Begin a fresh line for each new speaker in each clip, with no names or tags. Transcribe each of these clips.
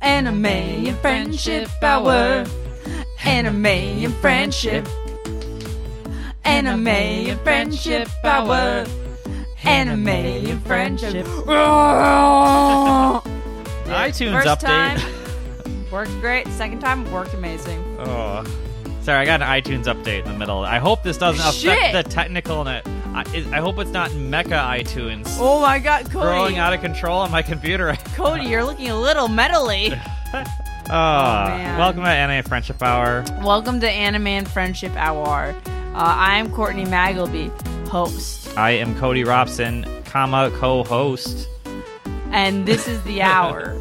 Anime and Friendship Hour. Anime and Friendship. Anime and Friendship Hour. Anime and Friendship.
iTunes
First
update.
time worked great. Second time worked amazing.
Oh. Sorry, I got an iTunes update in the middle. I hope this doesn't affect
Shit.
the technical. And I, I hope it's not mecha iTunes.
Oh my God,
Growing
Cody!
out of control on my computer.
Cody, you're looking a little metally.
oh,
man.
welcome to NA Friendship Hour.
Welcome to Anime and Friendship Hour. Uh, I'm Courtney Magleby, host,
I am Cody Robson, comma co-host,
and this is the hour.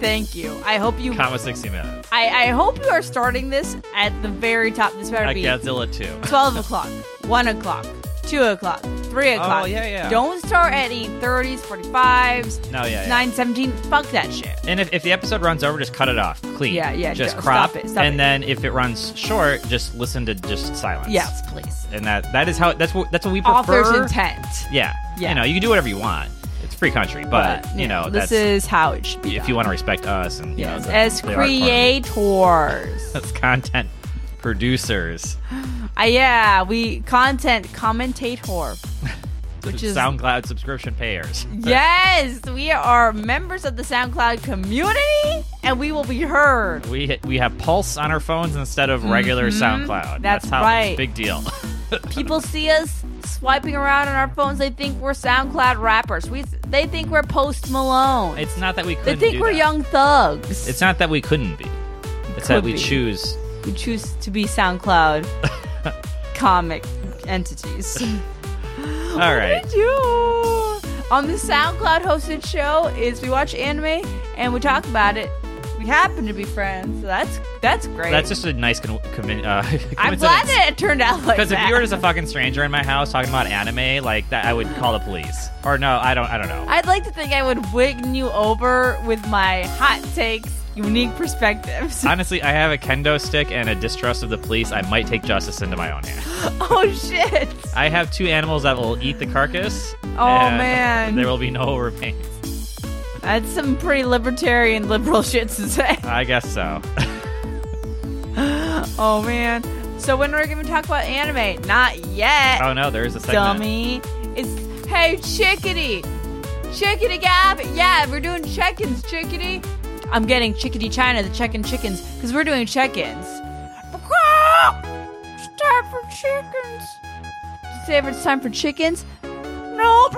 Thank you. I hope you.
comma 60 minutes.
I, I hope you are starting this at the very top. This better
At
be
Godzilla 2.
12 o'clock, 1 o'clock, 2 o'clock, 3 o'clock.
Oh, yeah, yeah.
Don't start at 8.30s, 45s,
No, yeah, yeah.
9.17. Fuck that shit.
And if, if the episode runs over, just cut it off, clean.
Yeah, yeah,
Just
no,
crop
stop it, stop
and
it.
then if it runs short, just listen to just silence.
Yes, please.
And that that is how that's what that's what we prefer.
Author's intent.
Yeah.
Yeah.
You know, you can do whatever you want. It's free country, but, you know,
this
that's
is how it should be.
if
done.
you want to respect us and you know,
Yes,
the-
as
the art form,
creators.
as content producers,
Uh, yeah, we content commentator. Which is-
SoundCloud subscription payers.
yes, we are members of the SoundCloud community, and we will be heard.
We we have Pulse on our phones instead of regular SoundCloud.
Mm-hmm. That's
how
right.
big deal.
People see us swiping around on our phones; they think we're SoundCloud rappers. We they think we're Post Malone.
it's not that we
they
couldn't.
think
do
we're
that.
young thugs.
It's not that we couldn't be. It's
Could
that we
be.
choose.
who choose to be SoundCloud comic entities.
All right.
What did you do? On the SoundCloud hosted show is we watch anime and we talk about it. We happen to be friends, so that's that's great.
That's just a nice con- conven- uh,
I'm glad that it turned out like
Because if
that.
you were just a fucking stranger in my house talking about anime, like that, I would call the police. Or no, I don't. I don't know.
I'd like to think I would win you over with my hot takes, unique perspectives.
Honestly, I have a kendo stick and a distrust of the police. I might take justice into my own hands.
oh shit!
I have two animals that will eat the carcass.
Oh,
and
man.
there will be no remains.
That's some pretty libertarian liberal shit to say.
I guess so.
Oh man. So when are we gonna talk about anime? Not yet,
oh no, there is a segment.
dummy. It's hey chickadee, chickadee gab. Yeah, we're doing chickens, chickadee. I'm getting chickadee China, the chicken chickens, because we're doing check-ins. It's time for chickens. Say if it's time for chickens. No,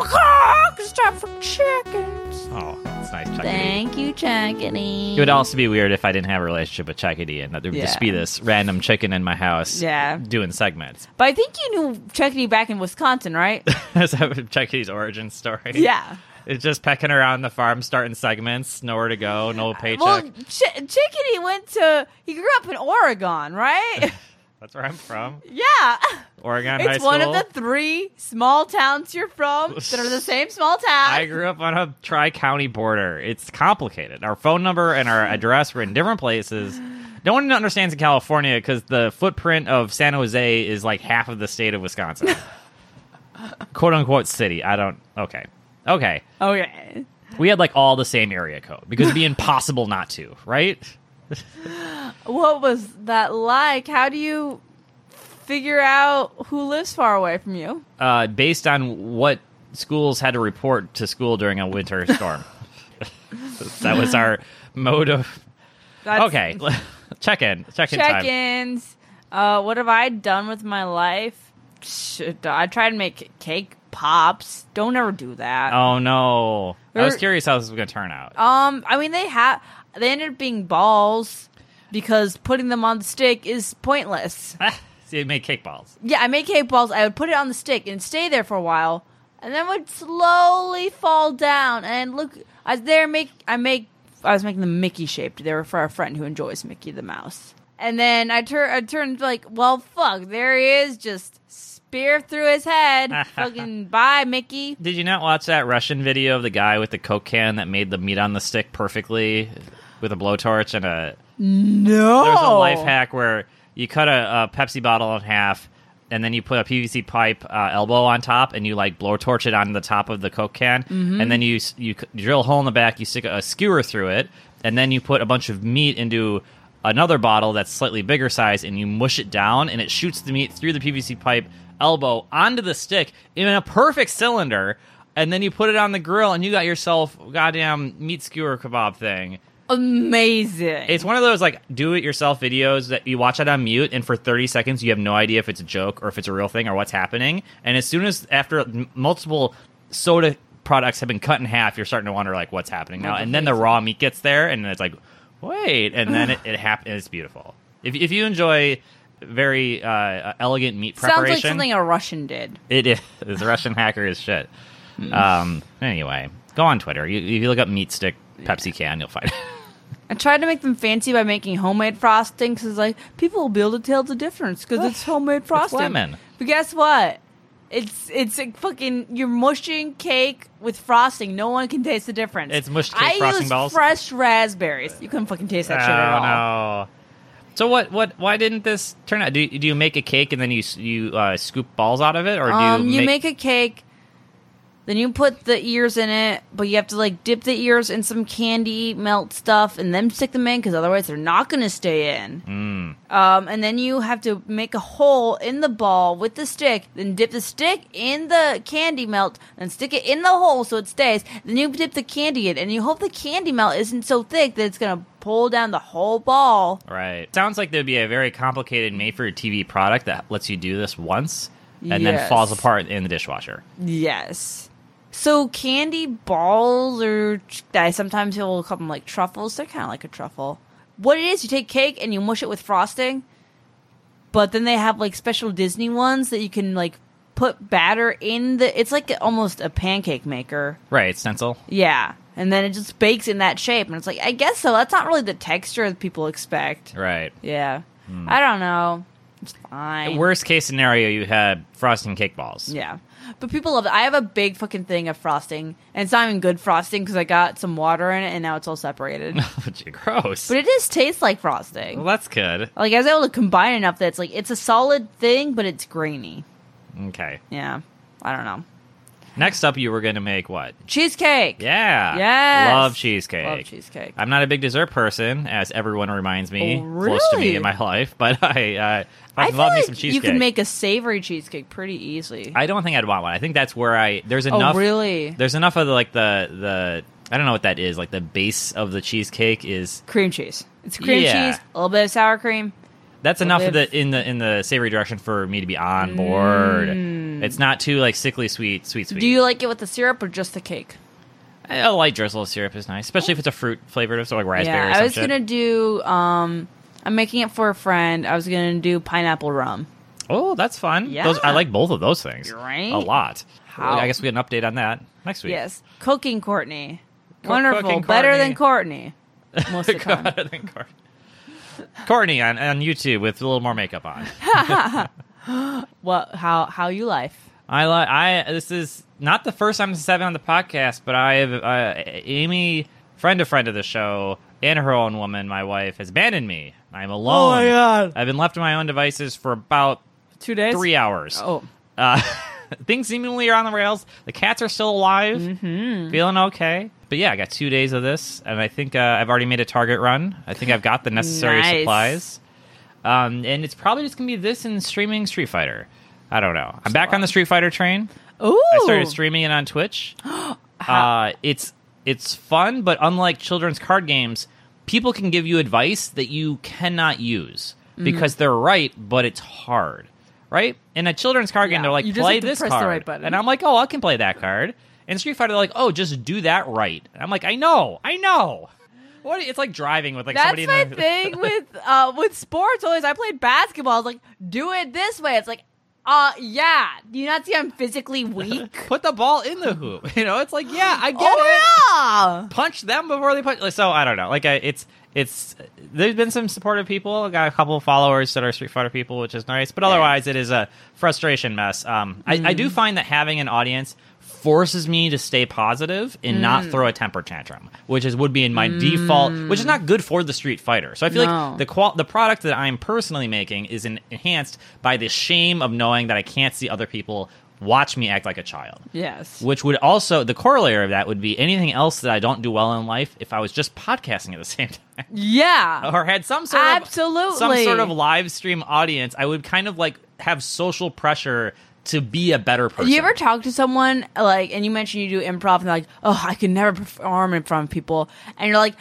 it's time for chickens.
Oh, that's nice. Chuckity.
Thank you, chickadee.
It would also be weird if I didn't have a relationship with Chuckity and that there would just
Yeah.
be this random chicken in my house
Yeah.
doing segments.
But I think you knew chickadee back in Wisconsin, right?
That's Chuckity's origin story.
yeah.
It's just pecking around the farm, starting segments, nowhere to go, no paycheck.
Well, Ch- Chickadee went to. He grew up in Oregon, right?
That's where I'm from.
yeah.
Oregon High
It's
School.
one of the three small towns you're from that are the same small town.
I grew up on a tri county border. It's complicated. Our phone number and our address were in different places. No one understands in California because the footprint of San Jose is like half of the state of Wisconsin. Quote unquote city. I don't. Okay. Okay.
Oh, Okay.
We had like all the same area code because it'd be impossible not to, right?
What was that like? How do you figure out who lives far away from you?
Uh, based on what schools had to report to school during a winter storm. that was our mode of.
That's
Okay. Check in. Check in time.
Check-ins. Uh, what have I done with my life? Shit, I tried to make cake pops. Don't ever do that.
Oh no! I was
Or-
curious how this was gonna turn out.
Um, I mean they have they ended up being balls because putting them on the stick is pointless.
Oh. See, it made cake balls.
Yeah, I made cake balls. I would put it on the stick and stay there for a while, and then would slowly fall down. And look, I was there make I make I was making them Mickey shaped. They were for our friend who enjoys Mickey the Mouse. And then I turn I turned like, well, fuck, there he is, just spear through his head. Fucking bye, Mickey.
Did you not watch that Russian video of the guy with the coke can that made the meat on the stick perfectly with a blowtorch and a?
No,
There was a life hack where you cut a, a Pepsi bottle in half, and then you put a PVC pipe uh, elbow on top, and you like blowtorch it on the top of the coke can, and then you s- you c- drill a hole in the back, you stick a skewer through it, and then you put a bunch of meat into another bottle that's slightly bigger size, and you mush it down, and it shoots the meat through the PVC pipe elbow onto the stick in a perfect cylinder. And then you put it on the grill, and you got yourself a goddamn meat skewer kebab thing.
Amazing.
It's one of those like do it yourself videos that you watch it on mute, and for 30 seconds, you have no idea if it's a joke or if it's a real thing or what's happening. And as soon as after m- multiple soda products have been cut in half, you're starting to wonder like what's happening now.
Like the
And then the
face.
raw meat gets there, and it's like, wait. And then it, it happens. It's beautiful. If, if you enjoy very uh, elegant meat
Sounds like
preparation,
something a Russian did.
it is. The Russian hacker is shit.
Hmm.
Um, anyway, go on Twitter. You, if you look up meat stick Pepsi can, you'll find it.
I tried to make them fancy by making homemade frosting because, like, people will be able to tell the difference because it's homemade frosting.
lemon.
But guess what? It's it's like fucking you're mushing cake with frosting. No one can taste the difference.
It's mushed cake
I
frosting
use
balls?
fresh raspberries. You couldn't fucking taste that shit at all.
Oh, no. So what? What? Why didn't this turn out? Do, do you make a cake and then you s- you uh, scoop balls out of it, or do
Um,
you,
you make, a cake, then you put the ears in it, but you have to like dip the ears in some candy melt stuff and then stick them in because otherwise they're not going to stay in.
Mm.
Um, and then you have to make a hole in the ball with the stick, then dip the stick in the candy melt, then stick it in the hole so it stays. Then you dip the candy in, and you hope the candy melt isn't so thick that it's going to pull down the whole ball.
right? Sounds like there'd be a very complicated made for TV product that lets you do this once and then
Yes.
falls apart in the dishwasher.
Yes. So candy balls or I sometimes people will call them like truffles. They're kind of like a truffle. What it is, you take cake and you mush it with frosting, but then they have like special Disney ones that you can like put batter in the. It's like almost a pancake maker.
Right? Stencil.
Yeah, and then it just bakes in that shape, and it's like I guess so. That's not really the texture that people expect.
Right.
Yeah, I don't know. It's fine.
Worst case scenario, you had frosting cake balls.
Yeah. But people love it. I have a big fucking thing of frosting, and it's not even good frosting because I got some water in it, and now it's all separated.
Gee, Gross.
but it does taste like
well,
frosting.
that's good.
Like I was able to combine enough that it's like it's a solid thing, but it's grainy.
Okay.
Yeah, I don't know.
Next up, you were going to make what?
Cheesecake.
Yeah.
Yes.
Love cheesecake.
Love cheesecake.
I'm not a big dessert person, as everyone reminds me,
Oh,
close to me
really?
in my life. But I, uh,
I
I,
feel
love me
like
some cheesecake.
you can make a savory cheesecake pretty easily.
I don't think I'd want one. I think that's where I there's
oh,
enough.
really?
There's enough of the, like the the I don't know what that is. Like the base of the cheesecake is
cream cheese. It's cream
Yeah.
cheese, a little bit of sour cream.
that's enough of
bit
the in the in the savory direction for me to be on board. It's not too like sickly sweet, sweet sweet.
Mm. Do you like it with the syrup or just the cake?
a light drizzle of syrup is nice, especially if it's a fruit flavored, so like raspberry. or
Yeah, I
some
was
shit.
gonna do. Um, I'm making it for a friend. I was gonna do pineapple rum.
Oh, that's fun. Those, I
Yeah.
like both of those things.
Right?
A lot.
How-
I guess we get an update on that next week.
Yes, cooking Courtney,
Co-
wonderful,
cooking
better than Courtney. Most of the time.
Better than Courtney. Courtney on, on YouTube with a little more makeup on.
What? How? How you life?
I li- I this is not the first time this has happened on the podcast, but I have uh, Amy, friend of friend of the show, and her own woman, my wife, has abandoned me. I'm alone.
Oh my God.
I've been left to my own devices for about
Two days.
three hours.
Oh,
Uh, things seemingly are on the rails. The cats are still alive, feeling okay. But yeah, I got two days of this, and I think uh, I've already made a target run. I think I've got the necessary
Nice.
supplies. Um, and it's probably just gonna be this and streaming Street Fighter. I don't know. I'm back on the Street Fighter train.
ooh!
I started streaming it on Twitch. uh, it's it's fun, but unlike children's card games, people can give you advice that you cannot use
Mm-hmm.
because they're right, but it's hard, right? In a children's card game,
Yeah,
they're like,
you just
play
have to
this
press the
card,
right button.
and I'm like, oh, I can play that card. In Street Fighter, they're like, oh, just do that right. And I'm like, I know, I know. What? It's like driving with like
That's
somebody.
my
in the-
thing with uh with sports. Always, I played basketball. I was like, do it this way. It's like, uh, yeah. Do you not see I'm physically weak?
Put the ball in the hoop. You know, it's like, yeah, I get it.
oh yeah.
punch them before they punch. Like, so I don't know. Like I, it's it's there's been some supportive people. I got a couple of followers that are Street Fighter people, which is nice. But otherwise, it is a frustration mess. Um, I, I do find that having an audience forces me to stay positive and not throw a temper tantrum, which is would be in my default, which is not good for the Street Fighter. So I feel
No.
like the qual- the product that I'm personally making is en- enhanced by the shame of knowing that I can't see other people watch me act like a child.
Yes.
Which would also the corollary of that would be anything else that I don't do well in life if I was just podcasting at the same time
yeah.
or had some sort of some
Absolutely.
sort of live stream audience, I would kind of like have social pressure to be a better person.
You ever talk to someone like, and you mentioned you do improv, and they're like, "Oh, I could never perform in front of people," and you're like,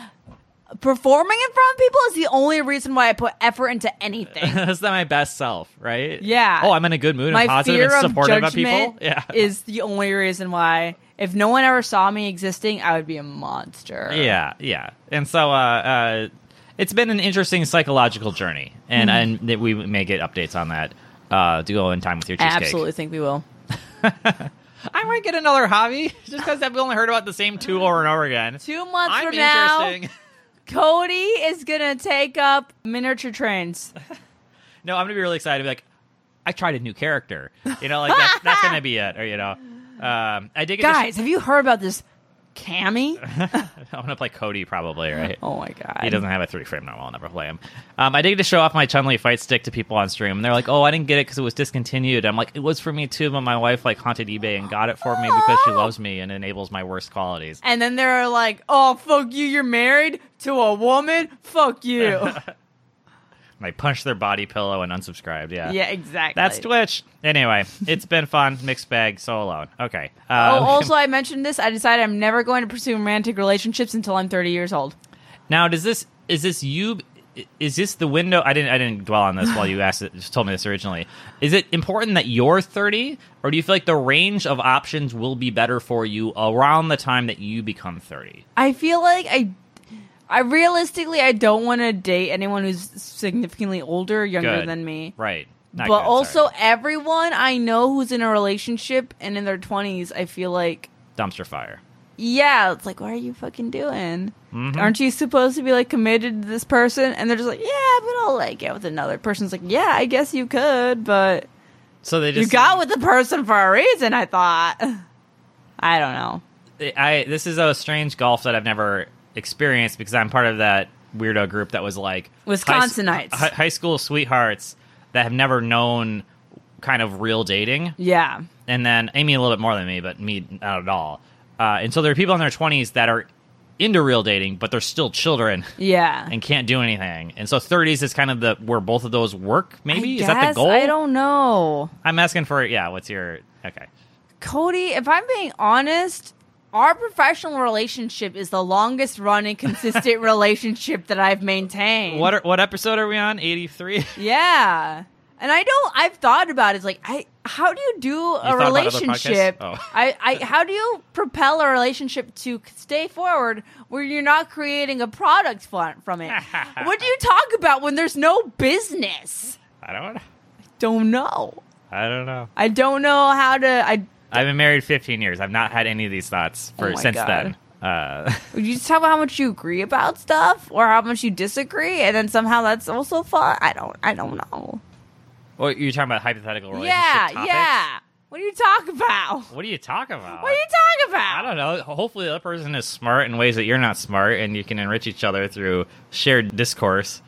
"Performing in front of people is the only reason why I put effort into anything."
That's not my best self, right?
Yeah.
Oh, I'm in a good mood
My
and positive
fear
and
of
supportive of people.
judgment
Yeah.
is the only reason why. If no one ever saw me existing, I would be a monster.
yeah, yeah. And so uh, uh, it's been an interesting psychological journey, and
Mm-hmm.
and that we may get updates on that. Uh, to go in time with your
I
cheesecake.
absolutely think we will.
I might get another hobby just because I've only heard about the same two over and over again.
Two months
I'm
from now,
interesting.
Cody is gonna take up miniature trains.
No, I'm gonna be really excited. to Be like, I tried a new character. You know, like that's, that's gonna be it. Or you know, um, I did. Get to
Guys, have you heard about this Cammy?
sh- I'm gonna play Cody probably. Right.
Oh my god.
He doesn't have a three frame normal. I'll never play him. Um, I did get to show off my Chun Li fight stick to people on stream, and they're like, "Oh, I didn't get it because it was discontinued." I'm like, "It was for me too, but my wife like haunted eBay and got it for me because she loves me and enables my worst qualities."
And then they're like, "Oh fuck you, you're married to a woman. Fuck you."
And I punched their body pillow and unsubscribed. Yeah,
yeah, exactly.
That's Twitch. Anyway, it's been fun. Mixed bag. So alone. Okay. Uh,
Oh, also, I mentioned this. I decided I'm never going to pursue romantic relationships until I'm 30 years old.
Now, does this is this you? Is this the window? I didn't I didn't dwell on this while you asked it, just told me this originally. Is it important that you're 30, or do you feel like the range of options will be better for you around the time that you become 30?
I feel like I, I realistically, I don't want to date anyone who's significantly older, or younger
Good.
than me.
Right. Not
but
good,
also,
sorry.
everyone I know who's in a relationship and in their 20s, I feel like,
dumpster fire.
yeah, it's like, what are you fucking doing?
Mm-hmm.
Aren't you supposed to be like committed to this person? And they're just like, yeah, but I'll like get with another person. It's like, yeah, I guess you could, but
So they
you
just
got with the person for a reason. I thought. I don't know.
I this is a strange golf that I've never experienced because I'm part of that weirdo group that was like
Wisconsinites.
high, high school sweethearts that have never known kind of real dating.
Yeah.
and then Amy a little bit more than me, but me not at all. Uh, and so there are people in their 20s that are into real dating, but they're still children
Yeah.
and can't do anything. And so 30s is kind of the where both of those work. Maybe
I
is that the
guess.
goal?
I don't know.
I'm asking for yeah. What's your okay?
Cody, if I'm being honest, our professional relationship is the longest running consistent relationship that I've maintained.
What are, what episode are we on? 83.
Yeah. And I don't I've thought about it, it's like I how do you do a
thought about other podcasts?
relationship?
Oh.
I, I how do you propel a relationship to stay forward where you're not creating a product fro- from it? what do you talk about when there's no business?
I don't.
Don't know.
I don't know.
I don't know how to I
I've been married 15 years. I've not had any of these thoughts for
Oh my
since
God.
then. Uh,
Would you just talk about how much you agree about stuff or how much you disagree, and then somehow that's also fun? I don't, I don't know.
what you're talking about hypothetical relationship
Yeah,
topics?
yeah. What do you talk about?
What do you talk about?
What do you talk
I
about?
don't know. Hopefully, the other person is smart in ways that you're not smart, and you can enrich each other through shared discourse.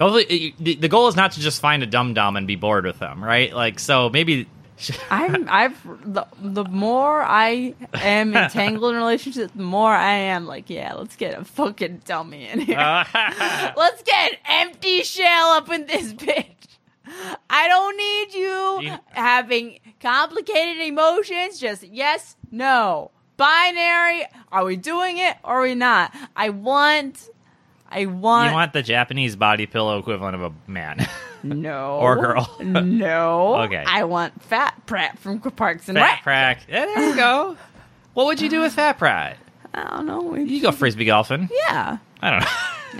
Hopefully, it- the the goal is not to just find a dumb dumb and be bored with them, right? Like, so maybe
I'm, I've the, the more I am entangled in relationships, the more I am like, yeah, let's get a fucking dummy in here.
Uh,
let's get an empty shell up in this bitch. I don't need you
You-
having complicated emotions. Just yes, no. Binary. Are we doing it or are we not? I want. I want.
you want the Japanese body pillow equivalent of a man.
no.
or girl.
no.
Okay.
I want fat prat from Parks and
fat
Rec.
prack. Yeah, there you go. what would you do with fat prack?
I don't know.
You go frisbee golfing.
Yeah.
I don't know.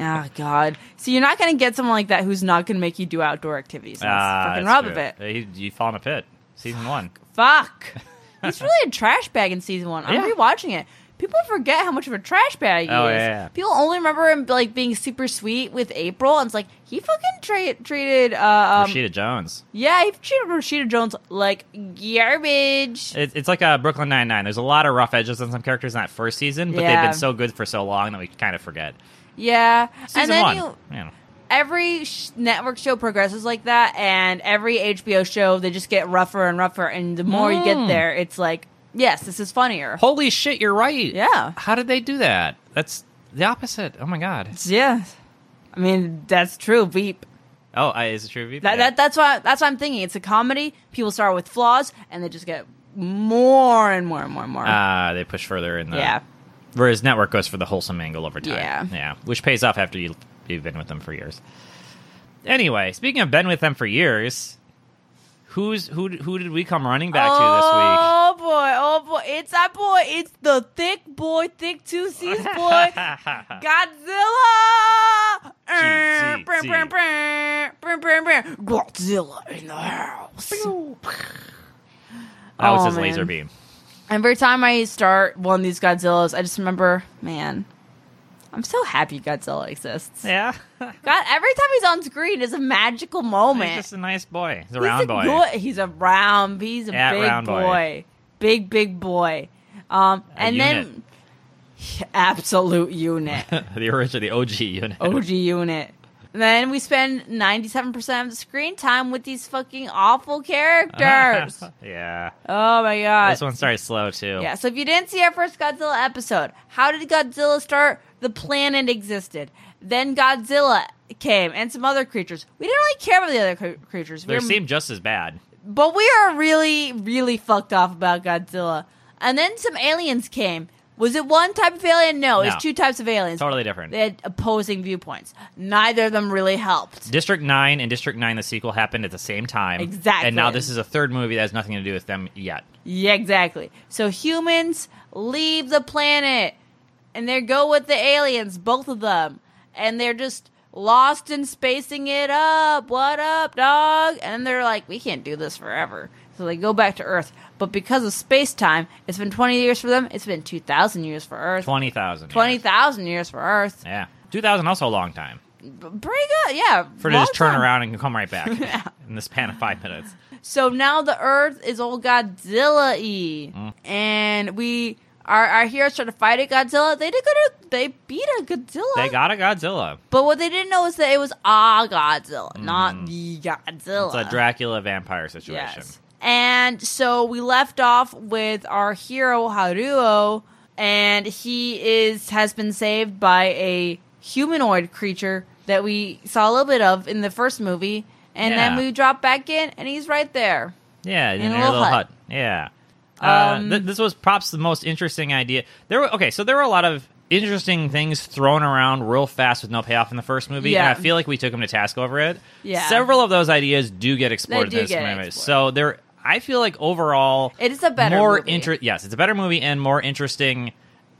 Oh God! So you're not going to get someone like that who's not going to make you do outdoor activities. And
Ah,
That's fucking
that's
rub
true.
of it.
You, you fall in a pit. Season one.
Fuck. He's really a trash bag in season one. I'm
Yeah.
rewatching it. People forget how much of a trash bag he
Oh,
is.
yeah, yeah.
People only remember him like being super sweet with April, and it's like he fucking tra- treated. Uh, um,
Rashida Jones.
yeah, he treated Rashida Jones like garbage.
It, it's like a Brooklyn Nine Nine. There's a lot of rough edges on some characters in that first season, but
Yeah.
they've been so good for so long that we kind of forget.
yeah,
Season
and then
one,
you
you know.
every sh- network show progresses like that, and every HBO show they just get rougher and rougher, and the more you get there, it's like, yes, this is funnier.
Holy shit, you're right.
Yeah.
How did they do that? That's the opposite. Oh my god.
Yeah, I mean that's true. Veep.
Oh, I, is it true? Veep?
That,
Yeah.
that that's why that's what I'm thinking. It's a comedy. People start with flaws, and they just get more and more and more and more.
Ah, they push further in the
yeah,
Whereas network goes for the wholesome angle over time.
Yeah.
Yeah. Which pays off after you, you've been with them for years. Anyway, speaking of been with them for years, who's who? Who did we come running back to
Oh boy, oh boy, it's that boy. It's the thick boy, thick two C's boy, Godzilla.
G, G,
Brr, brr, brr, brr, brr, brr, brr. Godzilla in the house.
this week? That was
Oh,
his laser
man.
beam.
Every time I start one of these Godzillas, I just remember, man, I'm so happy Godzilla exists.
Yeah.
God, every time he's on screen is a magical
He's
moment.
just a nice boy. He's a
He's
round
a
boy.
good- he's a round. He's a
Yeah,
big
round boy.
boy. Big big boy. Um,
A
and
unit.
then absolute unit,
the original, the OG unit.
OG unit. And then we spend ninety seven percent of the screen time with these fucking awful characters.
yeah.
oh my god!
This one starts slow too.
Yeah, so if you didn't see our first Godzilla episode, how did Godzilla start? The planet existed. Then Godzilla came and some other creatures. We didn't really care about the other cre- creatures. We
They
were-
seem just as bad.
but we are really, really fucked off about Godzilla. And then some aliens came. Was it one type of alien? No,
No.
it's two types of aliens.
Totally different.
They had opposing viewpoints. Neither of them really helped.
District Nine and District Nine, the sequel, happened at the same time.
Exactly.
And now this is a third movie that has nothing to do with them yet.
Yeah, exactly. So humans leave the planet and they go with the aliens, both of them. And they're just lost in spacing it up. What up, dog? And they're like, we can't do this forever. So they go back to Earth. But because of space time, it's been 20 years for them, it's been 2,000 years for Earth.
Twenty thousand.
20,000 years for Earth.
Yeah. Two thousand also a long time
B- Pretty good, yeah.
for to
long
just turn
time.
around and come right back in the span of five minutes.
So now the Earth is all Godzilla y.
Mm.
And we our our heroes try to fight at Godzilla. They did good at- they beat a Godzilla.
They got a Godzilla.
but what they didn't know is that it was a Godzilla, not the Godzilla.
Mm-hmm. It's a Dracula vampire situation.
Yes. And so we left off with our hero Haruo, and he is has been saved by a humanoid creature that we saw a little bit of in the first movie. And then
Yeah.
we drop back in, and he's right there.
Yeah, in,
In a
your
little
little hut.
hut.
Yeah. Uh,
Um,
th- this was perhaps the most interesting idea. There were okay, so there were a lot of interesting things thrown around real fast with no payoff in the first movie,
Yeah.
and I feel like we took him to task over it.
Yeah.
several of those ideas do get explored
do
in this
get
movie.
explored.
So there, I feel like overall,
It is a better
more
movie.
inter- Yes, it's a better movie and more interesting.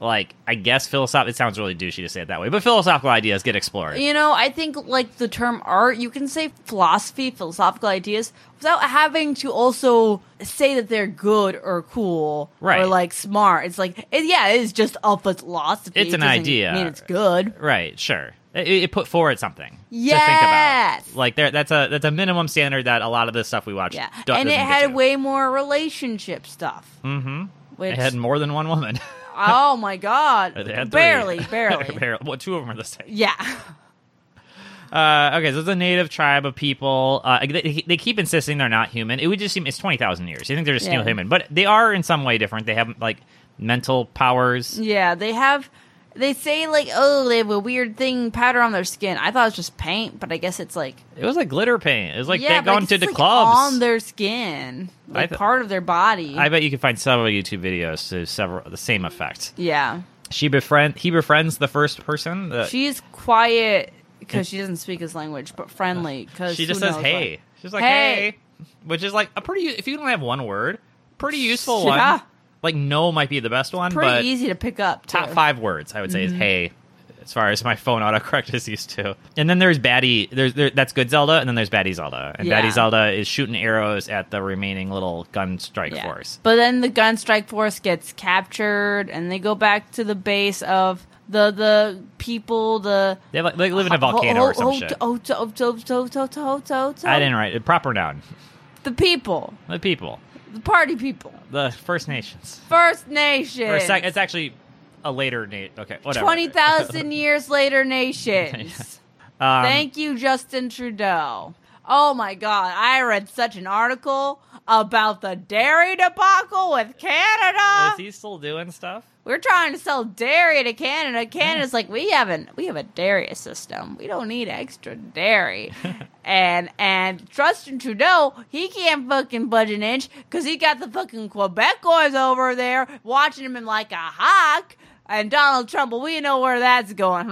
Like I guess philosophical. It sounds really douchey to say it that way, but philosophical ideas get explored.
You know, I think like the term art, you can say philosophy, philosophical ideas without having to also say that they're good or cool
Right.
or like smart. It's like, it, yeah, it's just a philosophy.
It's
It
an
doesn't
idea.
mean it's good.
Right, sure. It, it put forward something to think
Yes.
about. Like there, that's a that's a minimum standard that a lot of the stuff we watch.
Yeah,
do-
and it
doesn't get
had
to.
way more relationship stuff. Mm-hmm. Which,
It had more than one woman.
oh my god,
They had three.
barely, barely,
barely. Well, two of them are the same.
yeah,
Uh, okay, so it's a native tribe of people. Uh, they, they keep insisting they're not human. It would just seem it's twenty thousand years. You think they're just still
Yeah.
human, but they are in some way different. They have like mental powers.
yeah. They have, they say like, oh, they have a weird thing powder on their skin. I thought it was just paint, but I guess it's like
It was like glitter paint. It was like
yeah,
they
but
going
it's
to the
like
clubs.
on their skin,
I
like
th-
part of their body.
I bet you can find several YouTube videos to several the same effect.
yeah,
She befriend he befriends the first person. The,
she's quiet because she doesn't speak his language, but friendly because
she just says hey. She's like hey.
Hey.
which is like a pretty. If you don't have one word, pretty useful
Yeah.
one. Like no might be the best one,
Pretty
but
easy to Mm-hmm. pick up.
top
too.
five words I would say is hey. as far as my phone autocorrect is used to. And then there's baddie. There's there, that's good Zelda, and then there's baddie Zelda, and
Yeah.
baddie Zelda is shooting arrows at the remaining little gun strike
Yeah.
force.
But then the gun strike force gets captured, and they go back to the base of the the people. The
They like, they live in a volcano or some shit.
Oh, to- oh, to- to- to- to- to- to-
I didn't write it. Proper noun.
The people,
The people.
the party people,
The First Nations.
First Nation.
Or sec- it's actually a later Nate. Okay, whatever.
Twenty thousand years later, nations.
Um,
Thank you, Justin Trudeau. Oh my God, I read such an article about the dairy debacle with Canada.
Is he still doing stuff?
We're trying to sell dairy to Canada. Canada's like, we haven't we have a dairy system. We don't need extra dairy. and and Justin Trudeau, he can't fucking budge an inch because he got the fucking Quebecers over there watching him like a hawk. And Donald Trump, well, we know where that's going,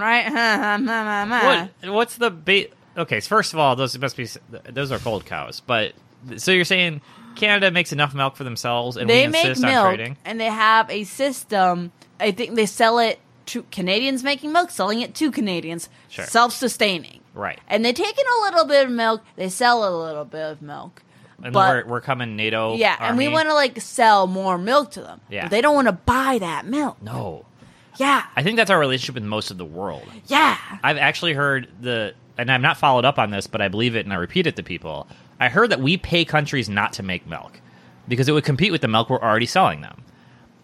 right?
What? What's the bait? Okay, so first of all, those must be s- those are cold cows. But so you're saying Canada makes enough milk for themselves, and
they
we
make
insist on
milk
trading.
and they have a system. I think they sell it to Canadians making milk, selling it to Canadians,
Sure.
self-sustaining.
Right.
and they take in a little bit of milk. They sell a little bit of milk,
And
but
we're, we're coming NATO.
yeah, and we
army.
want to like sell more milk to them.
Yeah.
but they don't want to buy that milk.
No,
Yeah,
I think that's our relationship with most of the world.
yeah.
I've actually heard the, and I'm not followed up on this, but I believe it and I repeat it to people. I heard that we pay countries not to make milk because it would compete with the milk we're already selling them.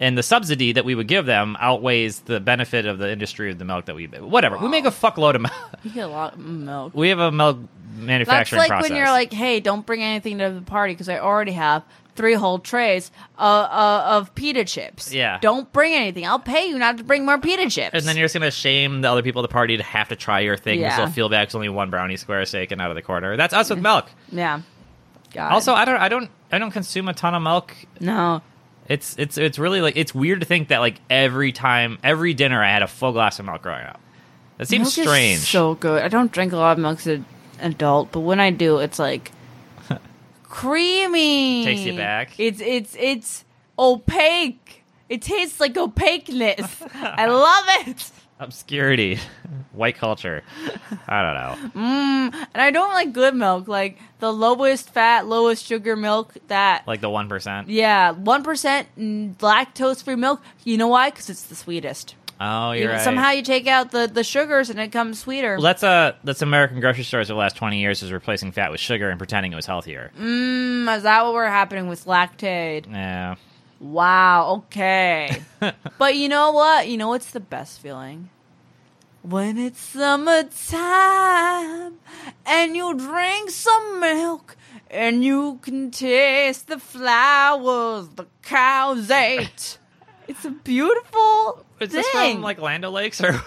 And the subsidy that we would give them outweighs the benefit of the industry of the milk that we whatever. We make a fuckload of milk.
You get a lot of milk.
We have a milk
That's
manufacturing
like
process.
when you're like, hey, don't bring anything to the party because I already have three whole trays uh, uh, of pita chips.
Yeah.
don't bring anything. I'll pay you not to bring more pita chips.
and then you're just gonna shame the other people at the party to have to try your thing because
Yeah.
they'll feel bad. 'cause only one brownie square taken out of the corner. That's us with milk.
yeah. God.
Also, I don't, I don't, I don't consume a ton of milk
no.
It's it's it's really like it's weird to think that like every time every dinner I had a full glass of milk growing up. That seems
Milk is
strange.
so good. I don't drink a lot of milk as an adult, but when I do, it's like creamy.
Takes you back.
It's it's it's opaque. It tastes like opaqueness. I love it.
Obscurity, white culture. I don't know.
And I don't like good milk, like the lowest fat, lowest sugar milk that
Like the one percent.
yeah, 1% lactose-free milk. You know why? Cuz it's the sweetest.
Oh,
You
you're
know,
right.
Somehow you take out the the sugars and it comes sweeter.
Well, that's uh that's American grocery stores over the last twenty years is replacing fat with sugar and pretending it was healthier.
Mm, is that what we're happening with lactate?
Yeah.
Wow, okay. but you know what? You know what's the best feeling? When it's summertime and you drink some milk and you can taste the flowers the cows ate. it's a beautiful
Is
thing.
this from like Lando Lakes or?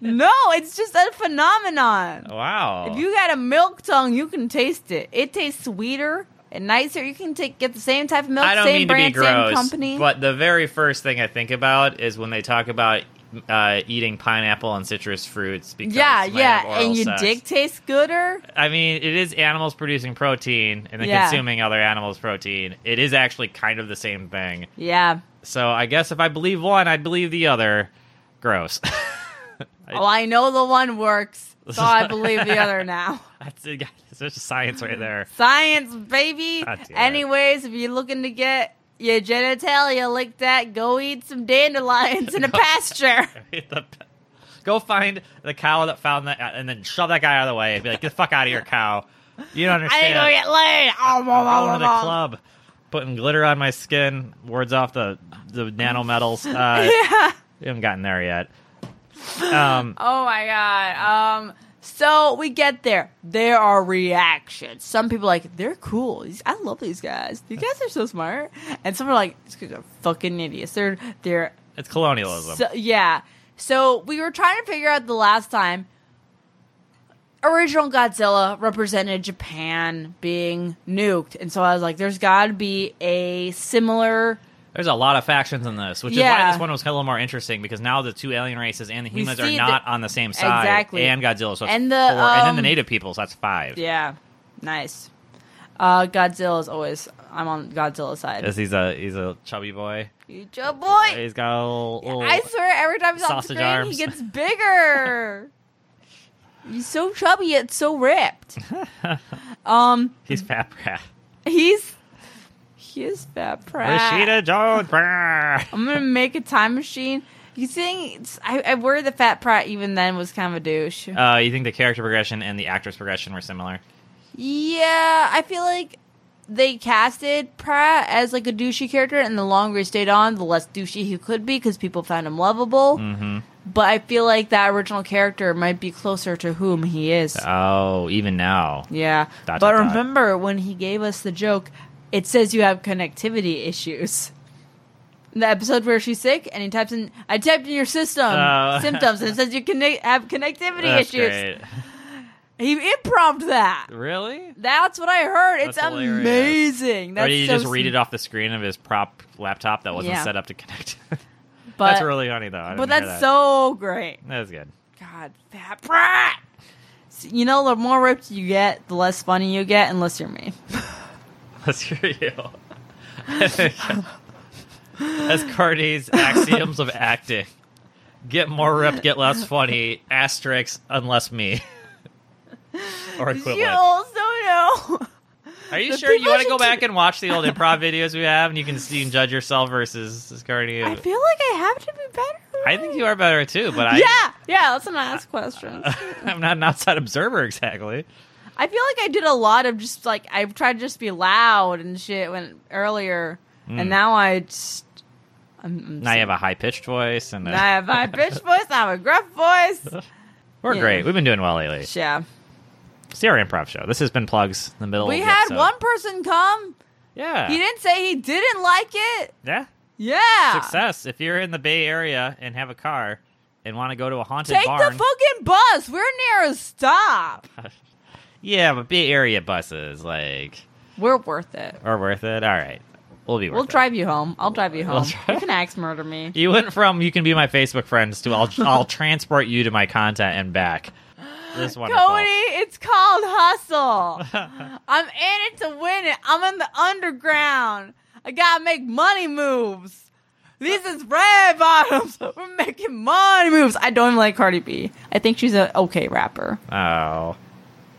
no, it's just a phenomenon.
Oh, wow.
If you got a milk tongue, you can taste it. It tastes sweeter and nicer. You can take get the same type of milk,
I don't
same
mean
brand,
to be gross,
same company.
but the very first thing I think about is when they talk about uh, eating pineapple and citrus fruits. Because
yeah,
you might have
yeah,
oral
and your
sex.
dick tastes gooder.
I mean, it is animals producing protein and then
Yeah.
consuming other animals' protein. It is actually kind of the same thing.
Yeah.
So I guess if I believe one, I'd believe the other. Gross.
well, I know the one works, so I believe the other now.
That's it's just science right there.
Science, baby.
God damn it.
Anyways, if you're looking to get your genitalia licked at, go eat some dandelions in a pasture.
The- Go find the cow that found that, and then shove that guy out of the way and be like, "Get the fuck out of here, cow! You don't
I need
understand."
to go get laid. Oh, blah, blah,
going
blah,
to the
blah.
club, putting glitter on my skin, words off the the nanometals. Uh,
Yeah.
We haven't gotten there yet. Um,
Oh my god. Um so we get there. There are reactions. Some people are like, they're cool. These- I love these guys. These guys are so smart. And some are like, these guys are fucking idiots. They're they're
it's colonialism.
so, yeah. So we were trying to figure out the last time. Original Godzilla represented Japan being nuked. And so I was like, there's gotta be a similar
There's a lot of factions in this, which is
Yeah.
why this one was a little more interesting because now the two alien races and the
We
humans are
see
not
the-
on the same side.
Exactly.
And Godzilla, so that's
And the,
four. and then the
um,
native peoples, that's five.
Yeah. Nice. Uh Godzilla's always I'm on Godzilla's side.
Because he's a he's a chubby boy.
Future boy.
He's got a little. little
I swear, every time he's on
sausage
screen,
arms.
he gets bigger. he's so chubby yet so ripped. um,
he's fat brat.
he's he is fat prat.
Rashida Jones. brah.
I'm gonna make a time machine. You think it's- I, I worry the fat prat even then was kind of a douche.
Uh, you think the character progression and the actress progression were similar?
Yeah, I feel like they casted Pratt as like a douchey character, and the longer he stayed on, the less douchey he could be because people found him lovable.
Mhm.
But I feel like that original character might be closer to whom he is.
Oh, even now.
yeah,
Dot,
but
dot, dot.
remember when he gave us the joke? It says you have connectivity issues. The episode where she's sick, and he types in, "I typed in your system
Oh.
symptoms," and it says you connect have connectivity
That's
issues.
great.
He impromped that.
Really?
That's what I heard. It's
That's hilarious.
amazing. That's
or did you
so
just read it off the screen of his prop laptop that wasn't
Yeah.
set up to connect?
But,
that's really funny though. I
but
didn't hear
that's
that.
so great.
That's good.
God, fat brat. S- You know, the more ripped you get, the less funny you get, unless you're me.
Let's hear you. That's Cardi's axioms of acting. Get more ripped, get less funny. Asterisk, unless me. or equivalent.
You also know.
Are you
The
sure you
people
want to
should
go back
do-
and watch the old improv videos we have, and you can see and judge yourself versus this Cardi?
I
I,
feel like I have to be better.
think you are better too, but I,
yeah, yeah. Let's not ask questions.
I'm not an outside observer exactly.
I feel like I did a lot of just like I tried to just be loud and shit when earlier,
Mm.
and now I just I'm, I'm
Now you have a high pitched voice, and uh,
now I have my bitch voice. Now I have a gruff voice.
we're
yeah.
great. We've been doing well lately.
Yeah.
It's the our improv show. This has been plugs in the middle.
We
of the
had
episode.
one person come.
Yeah.
He didn't say he didn't like it.
Yeah.
Yeah.
Success. If you're in the Bay Area and have a car and want to go to a haunted
Take
barn.
the fucking bus. We're near a stop.
yeah, but Bay Area buses like
We're worth it.
are worth it. All right, we'll be. Worth
We'll
it.
drive you home. I'll drive you
We'll
home.
try-
You can axe murder me.
You went from you can be my Facebook friends to I'll I'll transport you to my content and back. This is wonderful.
Cody, it's called hustle. I'm in it to win it. I'm in the underground. I gotta make money moves. These is red bottoms. We're making money moves. I don't even like Cardi B. I think she's an okay rapper.
Oh,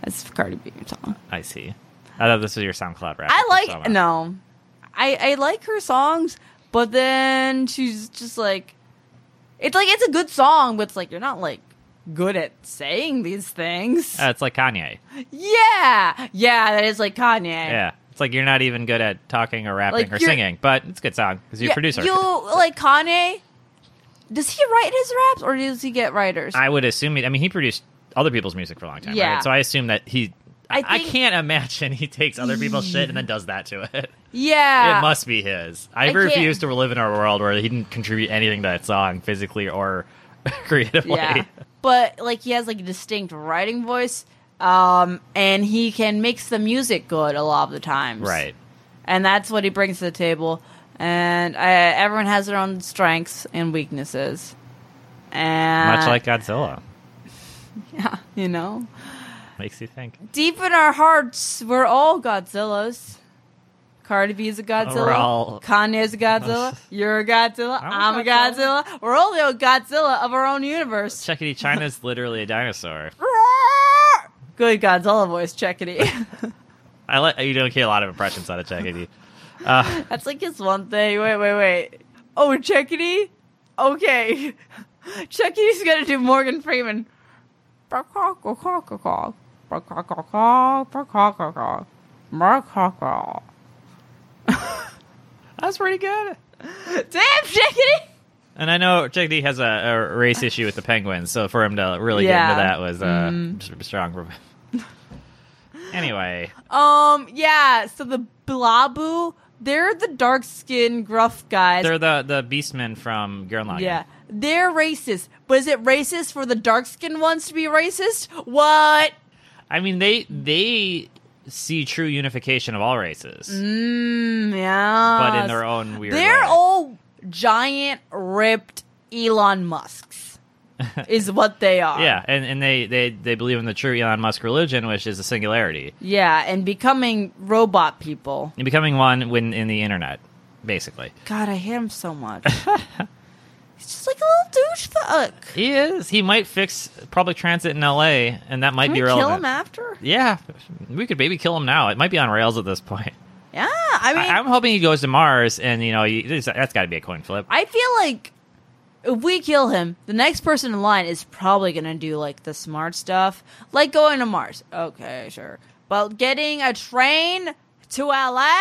That's Cardi B song.
I see. I thought this was your SoundCloud rap.
I like
persona.
no, I I like her songs, but then she's just like, it's like it's a good song, but it's like you're not like good at saying these things.
Uh, it's like Kanye.
yeah, yeah, that is like Kanye.
Yeah, it's like you're not even good at talking or rapping
Like,
or
you're-
singing, but it's a good song because you're a
Yeah,
producer.
You like Kanye? Does he write his raps or does he get writers?
I would assume. He, I mean, he produced other people's music for a long time.
Yeah.
Right? So I assume that he. I,
I
I
think-
can't imagine he takes other people's shit and then does that to it.
yeah,
it must be his. I,
I can't-
refuse to live in a world where he didn't contribute anything to that song physically or creatively.
yeah. But like he has like a distinct writing voice, um, and he can mix the music good a lot of the times.
Right.
and that's what he brings to the table. And uh, everyone has their own strengths and weaknesses, and
Much like Godzilla.
yeah, you know,
Makes you think.
deep in our hearts, we're all Godzillas. Cardi B is a Godzilla.
We're all-
Kanye is a Godzilla. You're a Godzilla. I'm,
I'm a
a Godzilla. We're all the Godzilla of our own universe.
Chickadee E. China's literally a dinosaur.
Good Godzilla voice, Checkity.
I like you don't get a lot of impressions out of E. Chickadee. Uh,
That's like his one thing. Wait, wait, wait. Oh, Checkity? Okay. Checkity's gonna do Morgan Freeman. Damn,
that's pretty good.
Checkity!
And I know Chickadee has a, a race issue with the penguins, so for him to really get into
Yeah. Mm-hmm.
that was uh, s- strong for him. anyway,
Um, yeah, so the Blabu, they're the dark skinned, gruff guys.
they're the the beastmen from Gurren Lagann.
yeah. They're racist. But is it racist for the dark skinned ones to be racist? What?
I mean they they see true unification of all races,
Mm, yeah.
but in their own weird.
They're
way.
all giant, ripped Elon Musks, is what they are.
Yeah, and, and they, they, they believe in the true Elon Musk religion, which is the singularity.
Yeah, and becoming robot people.
And becoming one when in the internet. basically.
God, I hate him so much. He's just like a little douche fuck.
He is. He might fix public transit in LA, and that might
Can
be
we
relevant.
kill him after?
Yeah, we could maybe kill him now. It might be on rails at this point.
Yeah, I mean,
I, am hoping he goes to Mars, and you know you, there's- that's got to be a coin flip.
I feel like if we kill him, the next person in line is probably going to do like the smart stuff, like going to Mars. Okay, sure. But getting a train to LA?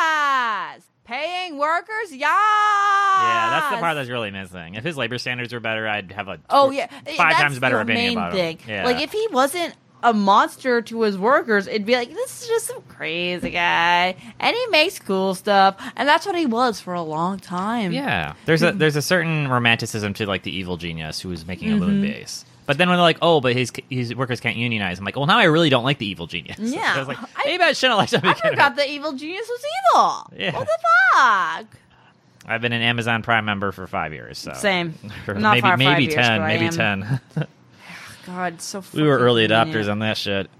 yes. Paying workers? Yes.
yeah, that's the part that's really missing. If his labor standards were better, I'd have a
Oh yeah,
five
That's
times better
the
opinion
main
about
thing.
him. Yeah.
Like if he wasn't a monster to his workers, it'd be like this is just some crazy guy, and he makes cool stuff, and that's what he was for a long time.
yeah, there's
Hmm.
a there's a certain romanticism to like the evil genius who is making a
Mm-hmm.
moon base. But then when they're like, oh, but his his workers can't unionize, I'm like, well, now I really don't like the evil genius.
Yeah.
I was like,
I-
maybe I, shouldn't like
I
something.
forgot the evil genius was evil.
Yeah.
What the fuck?
I've been an Amazon Prime member for five years. So.
Same.
Or
Not
maybe
far five
maybe
years,
ten,
but I
maybe
am.
ten.
God, it's so
we were
fucking
early
convenient.
adopters on that shit.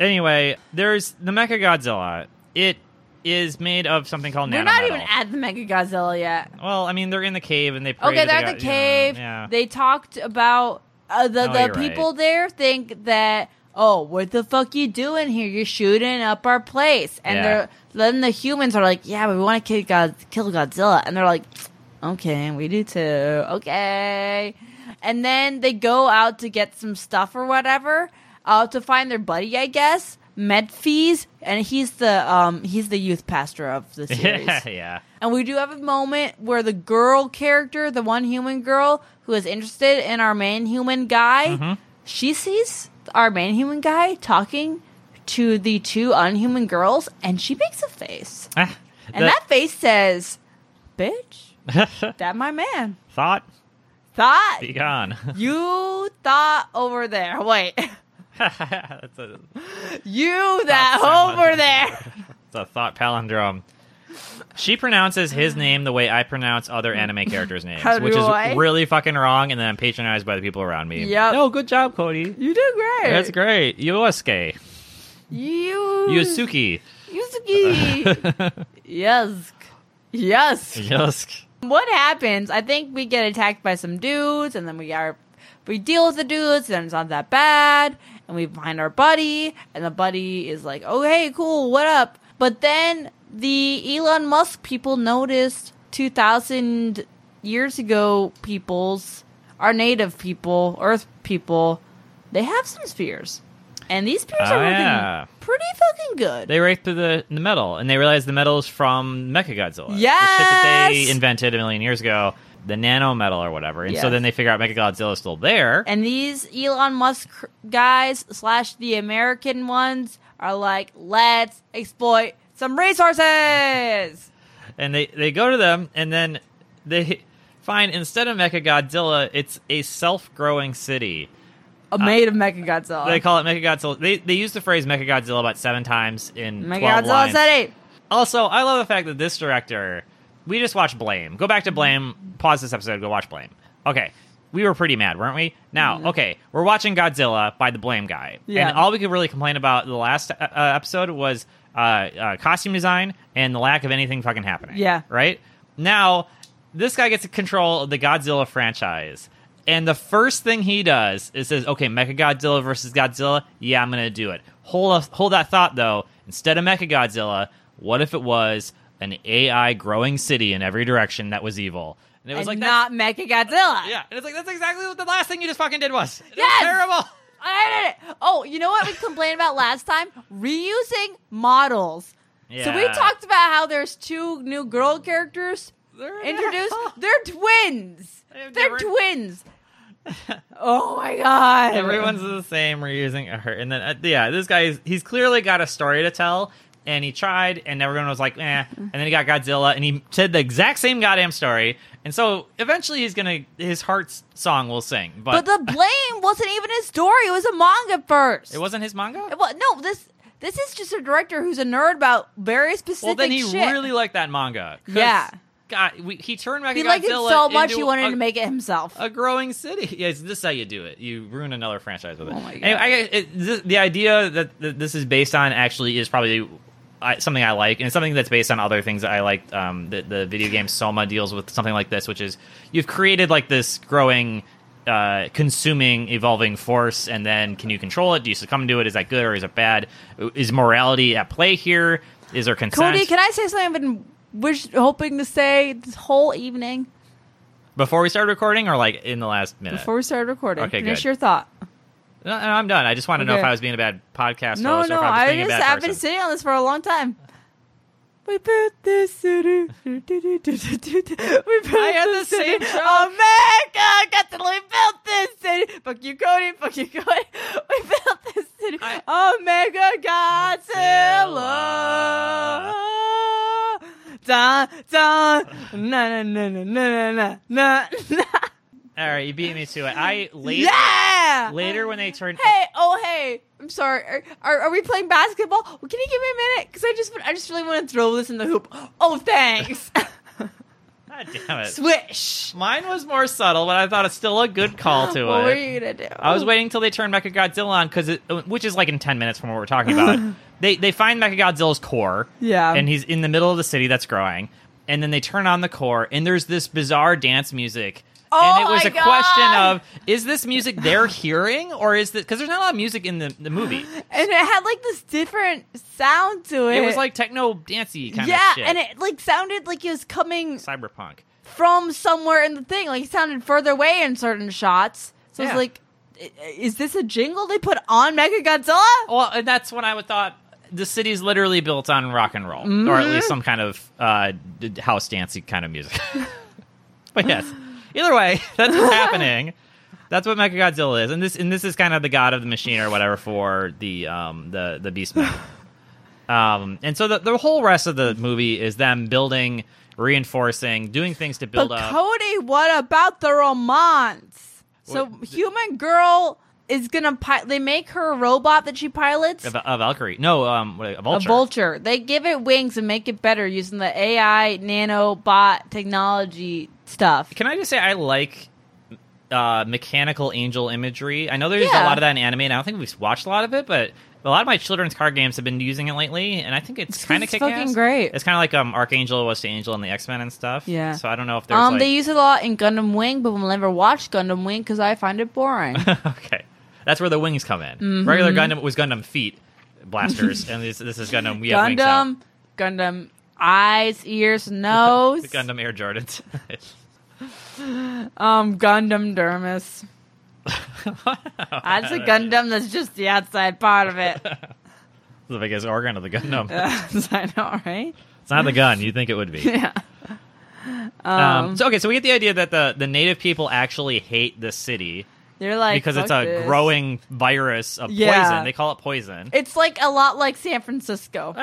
Anyway, there's the Mecha Godzilla. It is made of something called
We're
nanometal.
not even at the Mega Godzilla yet.
well, I mean, they're in the cave and they. pray
Okay,
to
they're
the
at the
go- you know,
cave.
yeah.
They talked about uh, the
No,
the
you're
people
right.
there think that oh, what the fuck you doing here? You're shooting up our place, and
Yeah.
they're then the humans are like, yeah, but we want to kill God, kill Godzilla, and they're like, okay, we do too. Okay, and then they go out to get some stuff or whatever, uh, to find their buddy, I guess. Medfees, and he's the um he's the youth pastor of the series.
yeah, yeah.
And we do have a moment where the girl character, the one human girl who is interested in our main human guy,
Mm-hmm.
she sees our main human guy talking to the two unhuman girls and she makes a face.
Ah,
And
the
that face says, Bitch, that my man.
thought
Thought
be gone.
you thought over there. Wait.
That's a,
You that
someone.
over there.
it's a thought palindrome. She pronounces his name the way I pronounce other anime characters' names,
How do
which is
I?
really fucking wrong. And then I'm patronized by the people around me.
Yep.
No, good job, Cody.
You did great.
That's great. Yosuke.
You
Yosuke.
Yuzuki. yes. Yes.
Yosuke.
what happens i think we get attacked by some dudes and then we are we deal with the dudes and it's not that bad and we find our buddy and the buddy is like oh hey cool what up but then the elon musk people noticed 2000 years ago peoples our native people earth people they have some spears and these spears
Oh,
are working
yeah.
pretty fucking good
They raked through the, the metal, and they realized the metal is from Mechagodzilla. The shit that
Yes!
they invented a million years ago, the nanometal or whatever. And so
Yes.
then they figure out Mechagodzilla is still there.
And these Elon Musk guys slash the American ones are like, let's exploit some resources.
And they, they go to them, and then they find instead of Mechagodzilla, it's a self growing city.
A made of Mechagodzilla.
Uh, They call it Mechagodzilla. They, they use the phrase Mechagodzilla about seven times in 12
Mechagodzilla
lines.
City.
Also, I love the fact that this director, we just watched Blame. Go back to Blame, pause this episode, go watch Blame. Okay. We were pretty mad, weren't we? Now, okay, we're watching Godzilla by the Blame guy.
Yeah.
And all we could really complain about the last uh, uh, episode was uh, uh, costume design and the lack of anything fucking happening.
Yeah.
Right? Now, this guy gets to control of the Godzilla franchise. And the first thing he does is says, okay, Mechagodzilla versus Godzilla. Yeah, I'm going to do it. Hold, a, hold that thought, though. Instead of Mechagodzilla, what if it was an AI growing city in every direction that was evil? And it was
And
like,
not
that,
Mechagodzilla.
yeah. And it's like, that's exactly what the last thing you just fucking did was. It was
Yes!
terrible.
I did it. Oh, you know what we complained about last time? Reusing models. So we
Yeah.
talked about how there's two new girl characters
They're-
introduced. They're twins.
They have
They're
different-
twins. Oh my god.
Everyone's the same. We're using her, and then uh, yeah, this guy is, he's clearly got a story to tell, and he tried, and everyone was like,
Mm.
eh. And then he got Godzilla, and he said the exact same goddamn story, and so eventually he's gonna his heart's song will sing, but,
But the blame wasn't even his story. It was a manga first.
it wasn't his manga.
It wa- no, this this is just a director who's a nerd about very specific
well, then he
shit.
really liked that manga. 'cause,
Yeah.
God, we, he turned Mechagodzilla
he liked it so much he
into
wanted
a-
to make it himself.
a growing city. Yes, this is how you do it. You ruin another franchise with it.
Oh my God.
Anyway, I, it, th- the idea that, that this is based on actually is probably I, something I like, and it's something that's based on other things that I like. Um, the, the video game Soma deals with something like this, which is you've created like this growing, uh, consuming, evolving force, and then can you control it? Do you succumb to it? Is that good or is it bad? Is morality at play here? Is there consent?
Cody, can I say something I've been wish, hoping to say this whole evening
Before we started recording, or like in the last minute?
before we started recording?
Okay,
Finish
good.
your thought.
No, no, I'm done. I just want to know
Okay.
if I was being a bad podcast
No,
host
no,
or if I was
I
being
just
a bad
I've been
person.
sitting on this for a long time. We built this city. We built this city.
the same joke.
America, got to we built this city. Fuck you, Cody. Fuck you, Cody. We built this city. Omega Godzilla. Da da na na na na na na na na.
All right, you beat me to it. I later
Yeah.
later when they turn.
Hey, oh hey, I'm sorry. Are, are, are we playing basketball? Well, Can you give me a minute? Because I just want- I just really want to throw this in the hoop. Oh, thanks.
God damn it.
Swish.
Mine was more subtle, but I thought it's still a good call to
what were
it.
you gonna do?
I was waiting until they turned Mechagodzilla on because it, which is like in ten minutes from what we're talking about. they they find Mechagodzilla's core,
Yeah.
and he's in the middle of the city that's growing, and then they turn on the core, and there's this bizarre dance music.
Oh
and it was
my
a question
God.
of is this music they're hearing or is this because there's not a lot of music in the, the movie.
and it had like this different sound to it.
It was like techno dancey kind
yeah,
of shit.
and it like sounded like it was coming
cyberpunk.
from somewhere in the thing. Like it sounded further away in certain shots. So
Yeah.
it's like, i- is this a jingle they put on Mega Godzilla?
Well, and that's when I would thought the city's literally built on rock and roll, or at
Mm-hmm.
least some kind of uh, d- house dancey kind of music. but yes, either way, that's what's happening. That's what Mechagodzilla is, and this and this is kind of the god of the machine or whatever for the um the the beastmen. um, and so the the whole rest of the movie is them building, reinforcing, doing things to build
But
up.
Cody, what about the romance? So
What-
human girl is gonna pi- they make her a robot that she pilots
of, of Valkyrie, no, um, what- a
a
vulture.
vulture. They give it wings and make it better using the AI nanobot technology stuff.
Can I just say I like uh, mechanical angel imagery? I know there's a
Yeah.
lot of that in anime, and I don't think we've watched a lot of it, but a lot of my children's card games have been using it lately, and I think it's,
'cause
kind of
it's fucking great.
It's kind of like um, Archangel was to Angel and the X Men and stuff.
Yeah.
So I don't know if there's
Um,
like
they use it a lot in Gundam Wing, but we'll never watch Gundam Wing because I find it boring.
okay, that's where the wings come in.
Mm-hmm.
Regular Gundam was Gundam feet blasters, and this, this is Gundam. We have wings out.
Gundam, Gundam eyes, ears, nose.
Gundam Air Jordans.
Um, Gundam dermis. That's a Gundam that's just the outside part of it.
the biggest organ of the Gundam.
I know, right?
It's not the gun. You think it would be?
Yeah.
Um, so okay, so we get the idea that the the native people actually hate this city
They're like
because it's
"Fuck
a
this."
growing virus of
Yeah.
poison. They call it poison.
It's like a lot like San Francisco.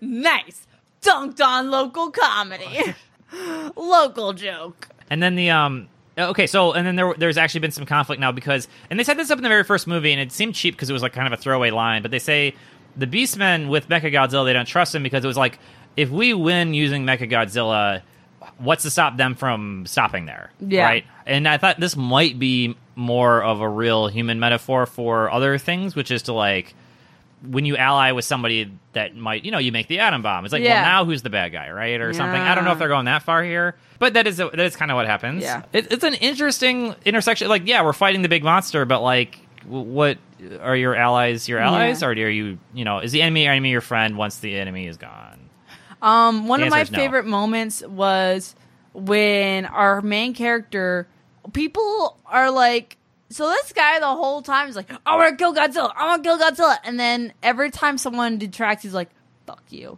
nice dunked on local comedy, local joke.
and then the um okay, so and then there there's actually been some conflict now because and they set this up in the very first movie and it seemed cheap because it was like kind of a throwaway line, but they say the Beastmen with Mechagodzilla they don't trust him because it was like if we win using Mechagodzilla, what's to stop them from stopping there?
Yeah.
Right? And I thought this might be more of a real human metaphor for other things, which is to like when you ally with somebody that might, you know, you make the atom bomb. It's like, well,
Yeah.
now who's the bad guy, right, or something? I don't know
Yeah.
if they're going that far here, but that is that is kind of what happens.
Yeah.
it, it's an interesting intersection. Like, yeah, we're fighting the big monster, but like, w- what are your allies? Your allies,
Yeah.
or are you, you know, is the enemy your enemy your friend once the enemy is gone?
Um, one
The
of my
answer is no.
favorite moments was when our main character, people are like, so this guy the whole time is like, I want to kill Godzilla, I want to kill Godzilla, and then every time someone detracts, he's like, fuck you.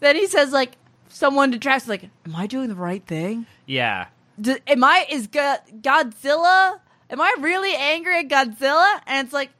then he says like, someone detracts, like, am I doing the right thing?
Yeah,
D am I is Go- Godzilla? Am I really angry at Godzilla? And it's like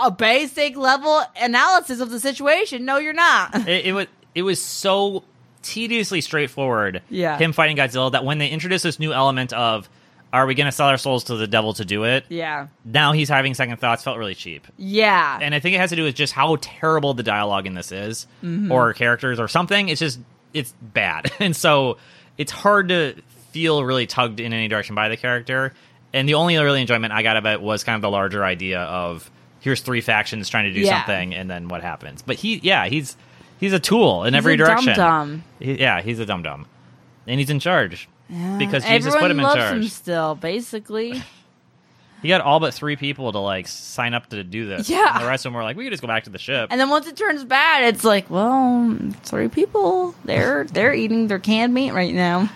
a basic level analysis of the situation. No, you're not.
it, it was it was so tediously straightforward.
Yeah.
him fighting Godzilla that when they introduced this new element of, are we going to sell our souls to the devil to do it?
yeah,
Now he's having second thoughts. Felt really cheap.
yeah.
and I think it has to do with just how terrible the dialogue in this is,
Mm-hmm.
or characters, or something. It's just it's bad, and so it's hard to feel really tugged in any direction by the character. And the only really enjoyment I got of it was kind of the larger idea of here's three factions trying to do
Yeah.
something, and then what happens. But he, yeah, he's he's a tool in
He's
every
a
direction.
dum-dum.
He- yeah, he's a dum dum, and he's in charge because
Yeah.
Jesus
Everyone
put him in
loves
charge.
Him still, basically.
He got all but three people to like sign up to do this.
Yeah.
and the rest of them were like, we could just go back to the ship.
And then once it turns bad, it's like, well, three people they're they're eating their canned meat right now.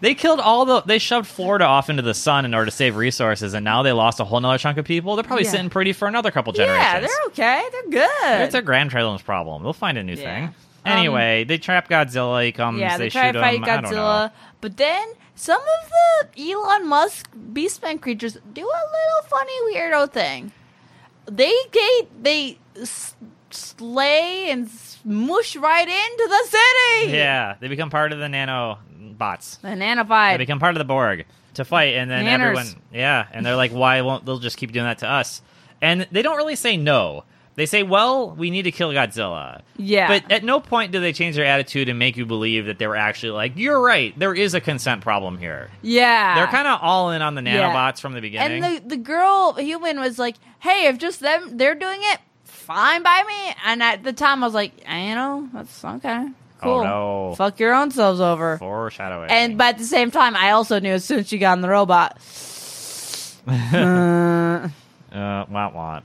They killed all the. They shoved Florida off into the sun in order to save resources, and now they lost a whole nother chunk of people. They're probably
Yeah.
sitting pretty for another couple
Yeah,
generations.
they're okay. They're good.
it's a Grand Trailing's problem. They'll find a new
Yeah. Um,
thing. Anyway, they trap Godzilla. He comes.
yeah,
Um, they,
they, try
shoot
to fight
him. I don't know.
Godzilla, but then some of the Elon Musk Beastman creatures do a little funny weirdo thing. They they they s- slay and smush right into the city.
Yeah, they become part of the nano bots.
the
They
nanofied.
become part of the Borg to fight, and then
Nanners.
everyone, yeah, and they're like, why won't they'll just keep doing that to us? And they don't really say no. They say, well, we need to kill Godzilla.
Yeah.
But at no point do they change their attitude and make you believe that they were actually like, you're right, there is a consent problem here.
yeah,
They're kind of all in on the
Ah. Yeah.
nanobots from the beginning.
And the the girl human was like, "Hey, if just them they're doing it, fine by me." And at the time, I was like, "I- "You know, that's okay, cool.
Oh, no.
Fuck your own selves over."
Foreshadowing.
And but at the same time, I also knew as soon as she got on the robot. Uh,
Uh, want want.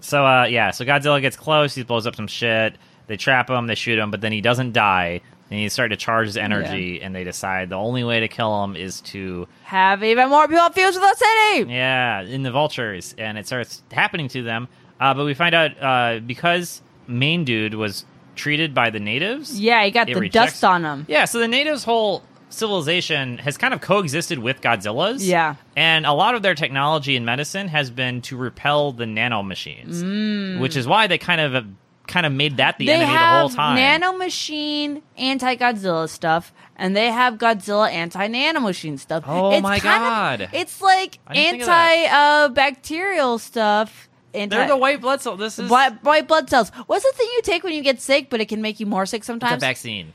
So uh, yeah, so Godzilla gets close. He blows up some shit. They trap him. They shoot him, but then he doesn't die. And he's starting to charge his energy. And they decide the only way to kill him is to
have even more people fused with the city.
yeah, in the vultures, and it starts happening to them. Uh, but we find out uh, because main dude was treated by the natives.
Yeah, he got
It
the
rejects-
dust on him.
Yeah, so the natives' whole civilization has kind of coexisted with Godzilla's.
Yeah.
And a lot of their technology and medicine has been to repel the nano machines, mm. which is why they kind of kind of made that the
they
enemy
have
the whole time.
nano machine anti Godzilla stuff, and they have Godzilla anti nano machine stuff.
Oh
it's
my
kind
God.
Of, it's like
I didn't think of
anti uh, bacterial stuff. Anti-
They're the white blood cell. This is
White, white blood cells. What's the thing you take when you get sick, but it can make you more sick
it's a
sometimes?
vaccine.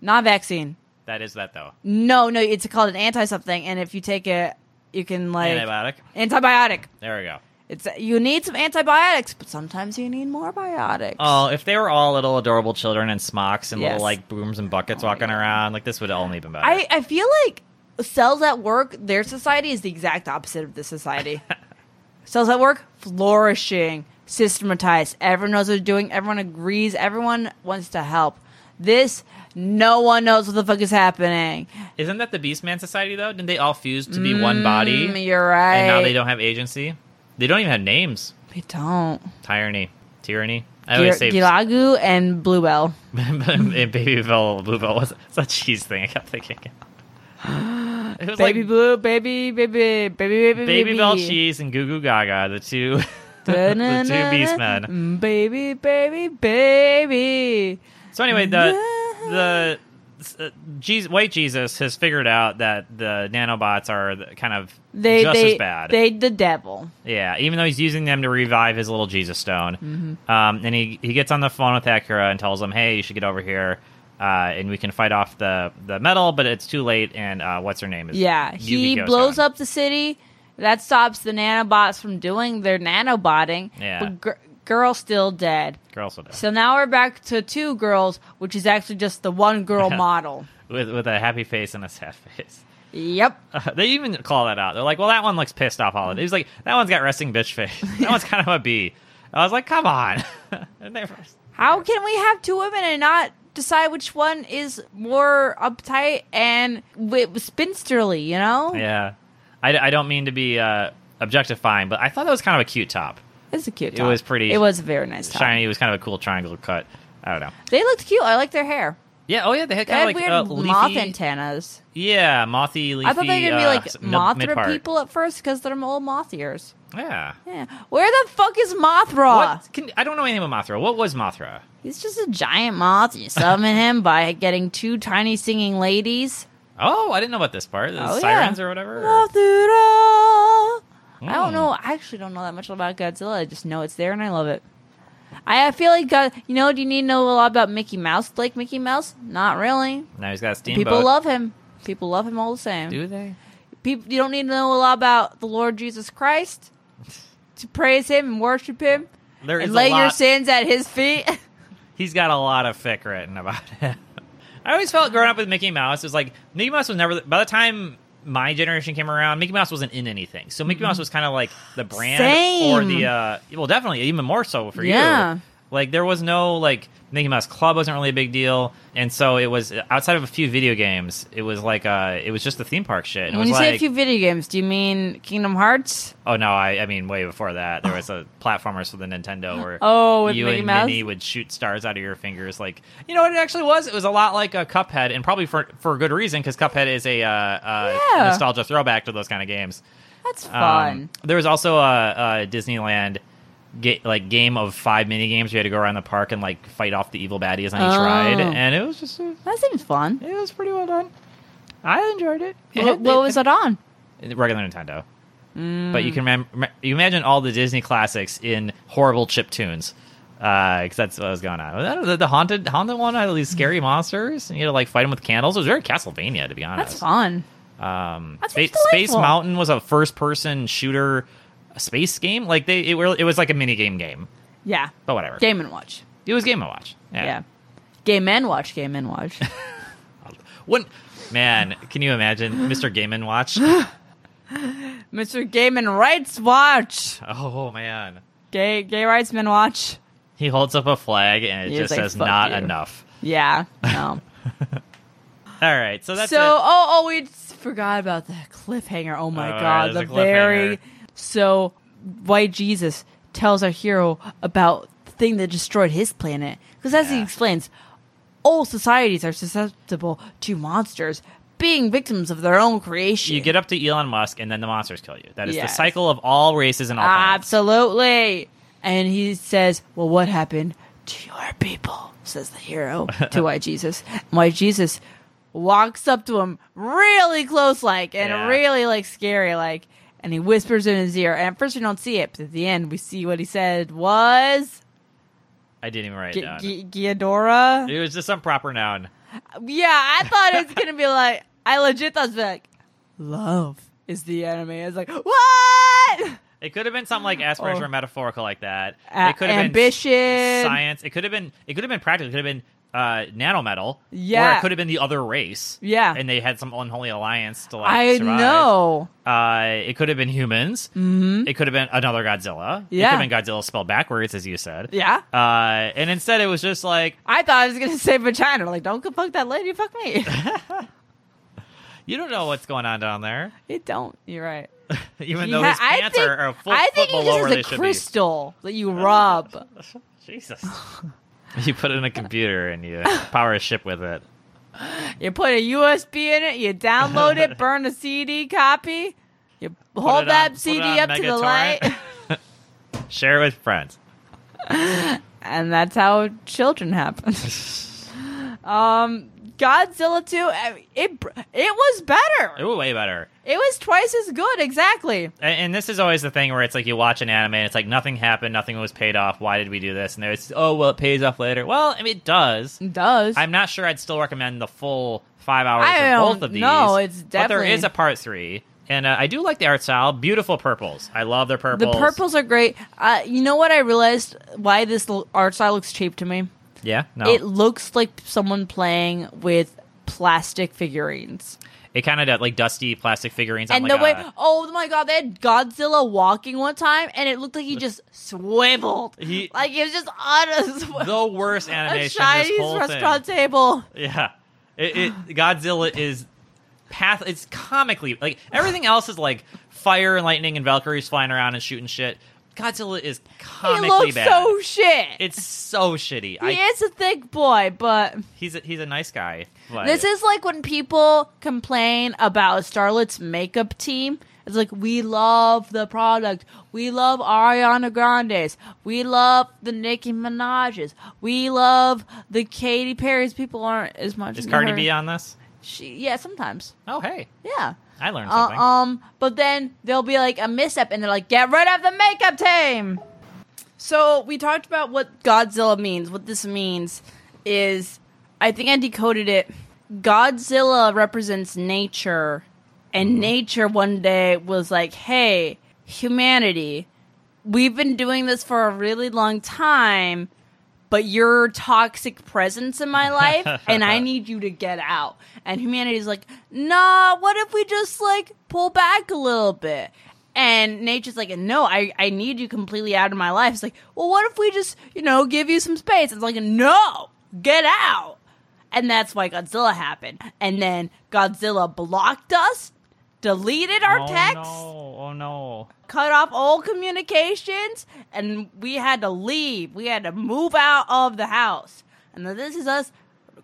Not vaccine.
That is that though.
No, no, it's called an anti something, and if you take it, you can like
Antibiotic.
antibiotic.
There we go.
It's you need some antibiotics, but sometimes you need more biotics.
Oh, if they were all little adorable children in smocks and
Yes. Oh,
little like brooms and buckets walking around, like this would only been better.
I I feel like cells at work, their society is the exact opposite of this society. cells at work, flourishing, systematized. Everyone knows what they're doing. Everyone agrees. Everyone wants to help. This, no one knows what the fuck is happening.
Isn't that the Beastman Society though? Didn't they all fuse to be one body?
Mm, you're right.
and now they don't have agency. They don't even have names.
They don't.
Tyranny, tyranny. I
Gir-
always say
Gilagu and Bluebell.
and Baby Bell Blue Bell was it's a cheese thing. I kept thinking. It was
Baby
like
blue, baby, baby, baby, baby,
Baby Bell Cheese and Goo Goo Gaga, the two, the two beast men.
Mm, Baby, baby, baby.
So anyway, the the uh, Jesus, white Jesus has figured out that the nanobots are the- kind of
They,
just
they,
as bad.
They, the devil.
Yeah, even though he's using them to revive his little Jesus stone.
Mm-hmm.
Um, and he, he gets on the phone with Acura and tells him, hey, you should get over here uh, and we can fight off the, the metal, but it's too late. And uh, what's her name? Is
Yeah, he blows up the city. That stops the nanobots from doing their nanobotting.
Yeah.
But gr- girl still dead.
Girls will do.
So now we're back to two girls, which is actually just the one girl model.
With, with a happy face and a sad face.
Yep.
Uh, they even call that out. They're like, well, that one looks pissed off holiday. He's like, that one's got resting bitch face. That one's kind of a B. I was like, come on. And they were-
How can we have two women and not decide which one is more uptight and w- spinsterly, you know?
yeah. I, I don't mean to be uh, objectifying, but I thought that was kind of a cute top.
It's a cute
It
top.
was pretty-
It was a very nice top.
shiny. It was kind of a cool triangle cut. I don't know.
They looked cute. I like their hair.
Yeah. Oh yeah, they had
They had
kind of like
weird
uh, leafy,
moth antennas.
Yeah, mothy. Leafy,
I thought they were gonna be
uh,
like
s- mid-
mothra
mid-part.
people at first because they're little moth ears.
Yeah.
Yeah. Where the fuck is Mothra?
What? Can, I don't know anything about Mothra. What was Mothra?
He's just a giant moth. You summon him by getting two tiny singing ladies.
Oh, I didn't know about this part. The
Oh, yeah.
sirens or whatever. or-
Mothra. I
Mm.
don't know. I actually don't know that much about Godzilla. I just know it's there and I love it. I I feel like God. You know, do you need to know a lot about Mickey Mouse? Like Mickey Mouse? Not really.
Now he's got a steamboat.
People love him. People love him all the same.
Do they?
People, you don't need to know a lot about the Lord Jesus Christ to praise him and worship him
There is
and
a
lay your
lot-
sins at his feet.
He's got a lot of fic written about him. I always felt growing up with Mickey Mouse, it was like Mickey Mouse was never. By the time my generation came around, Mickey Mouse wasn't in anything. So Mickey Mouse was kind of like the brand or
Mm-hmm. Same.
the uh, well, definitely even more so for
Yeah.
you. Like there was no like Mickey Mouse Club wasn't really a big deal, and so it was outside of a few video games. It was like uh, it was just the theme park shit. And it
when
was
you
like,
say a few video games, do you mean Kingdom Hearts?
Oh no, I, I mean way before that. There was a platformers for the Nintendo where
Oh, with
you
Mickey
and
Mouse?
Minnie would shoot stars out of your fingers. Like you know what it actually was? It was a lot like a Cuphead, and probably for for good reason because Cuphead is a uh, uh,
Yeah.
nostalgia throwback to those kind of games.
That's
Um,
fun.
there was also a, a Disneyland. ga- like game of five mini games, you had to go around the park and like fight off the evil baddies on each
Oh.
ride, and it was just it
that seems fun.
was pretty well done. I enjoyed it. It
What,
had-
what was it on?
regular Nintendo. But you can mem- me- you imagine all the Disney classics in horrible chip tunes, because that's what was going on. I don't know, The, the haunted haunted one had all these scary monsters, and you had to like fight them with candles. It was very Castlevania, to be
That's
honest.
fun.
Um,
That
Spa-
sounds
Space
delightful.
Mountain was a first person shooter space game. Like they, it, were, it was like a mini game game,
Yeah.
but whatever.
Game and Watch.
It was Game and Watch.
Yeah.
Yeah.
Game and Watch. Game and Watch.
When- man, can you imagine Mr. Game and Watch?
Mr. Game and Rights Watch.
Oh man.
Gay Gay Rights Men Watch.
He holds up a flag and it
He was
just
like,
says
"Fuck
not
you."
enough.
Yeah. No.
All right, so that's
so
it.
oh oh we just forgot about the cliffhanger. Oh my
Oh,
god,
yeah,
the
there's a
very
cliffhanger.
so white Jesus tells our hero about the thing that destroyed his planet because as he
Yeah.
explains, all societies are susceptible to monsters being victims of their own creation.
You get up to Elon Musk, and then the monsters kill you. That is
Yes.
the cycle of all races and all. planets.
Absolutely. And he says, Well, what happened to your people? says the hero to Why Jesus. Why Jesus walks up to him really close like and
Yeah.
really like scary like and he whispers in his ear and at first we don't see it but at the end we see what he said was
I didn't even write
G-
it down.
G- Giadora.
it was just some proper noun.
Yeah, I thought it was gonna be like I legit thought it was like love is the enemy. I was like, What?
It could have been something like aspirational
Oh.
or metaphorical like that.
A-
it could have
ambition.
been science. It could have been. It could have been practical. It could have been uh, nanometal. Or
Yeah.
it could have been the other race.
Yeah.
And they had some unholy alliance to like.
I
survive.
know.
Uh, it could have been humans. Mm-hmm. It could have been another Godzilla.
Yeah.
It could have been Godzilla spelled backwards, as you said.
Yeah.
Uh, and instead, it was just like
I thought I was gonna say vagina. Like, don't go fuck that lady. Fuck me.
you don't know what's going on down there.
it don't. You're right.
Even
He
though
ha-
his
I
pants
think,
are a foot,
I think
foot
he
below
just
where
has
they
a
should
crystal that you rub.
be. Jesus. you put it in a computer and you power a ship with it.
you put a USB in it. You download it. Burn a CD copy. You
Put
hold
it
that
on- put it
CD
on
up to the light,
Megatorrent. Share it with friends.
and that's how children happen. um, Godzilla 2. I- It br- it was
It
better.
was way better.
It was twice as good. Exactly.
And, and this is always the thing where it's like you watch an anime and it's like nothing happened, nothing was paid off. Why did we do this? And there's oh well, it pays off later. Well, I mean, it does.
It does.
I'm not sure I'd still recommend the full five hours
I
of
don't
both of these.
know, it's
But
definitely-
there is a part three, and uh, I do like the art style. Beautiful purples. I love their
The
purples.
purples are great. Uh, you know what I realized? Why this l- art style looks cheap to me?
Yeah, no.
It looks like someone playing with plastic figurines.
It kind of does like dusty plastic figurines.
And
on,
the
like,
way,
a-
oh my god, they had Godzilla walking one time, and it looked like he just swiveled.
He-
like it was just on a, sw-
the worst
a
animation. this
Chinese
whole
restaurant table.
Thing. Yeah, it, it Godzilla is path. It's comically like everything else is like fire and lightning and Valkyries flying around and shooting shit. Godzilla is
He
comically
looks
bad.
so shit.
it's so shitty.
he
I,
is a thick boy, but
he's a, he's a nice guy. But
This is like when people complain about Starlet's makeup team. It's like we love the product. We love Ariana Grande's. We love the Nicki Minaj's. We love the Katy Perry's. People aren't as much.
is
into
Cardi
her.
B on this?
She, yeah, sometimes.
Oh hey,
Yeah.
I learned
Uh,
something.
um, but then there'll be like a mishap, and they're like, "Get rid of the makeup team." So we talked about what Godzilla means. What this means is, I think I decoded it. Godzilla represents nature, and nature one day was like, "Hey, humanity, we've been doing this for a really long time, but you're toxic presence in my life, and I need you to get out. And humanity's like, nah, what if we just like pull back a little bit? And nature's like, no, I, I need you completely out of my life. It's like, well, what if we just, you know, give you some space? It's like, no, get out. And that's why Godzilla happened. And then Godzilla blocked us, deleted our
oh,
text
No. Oh no.
cut off all communications and we had to leave. We had to move out of the house. And then this is us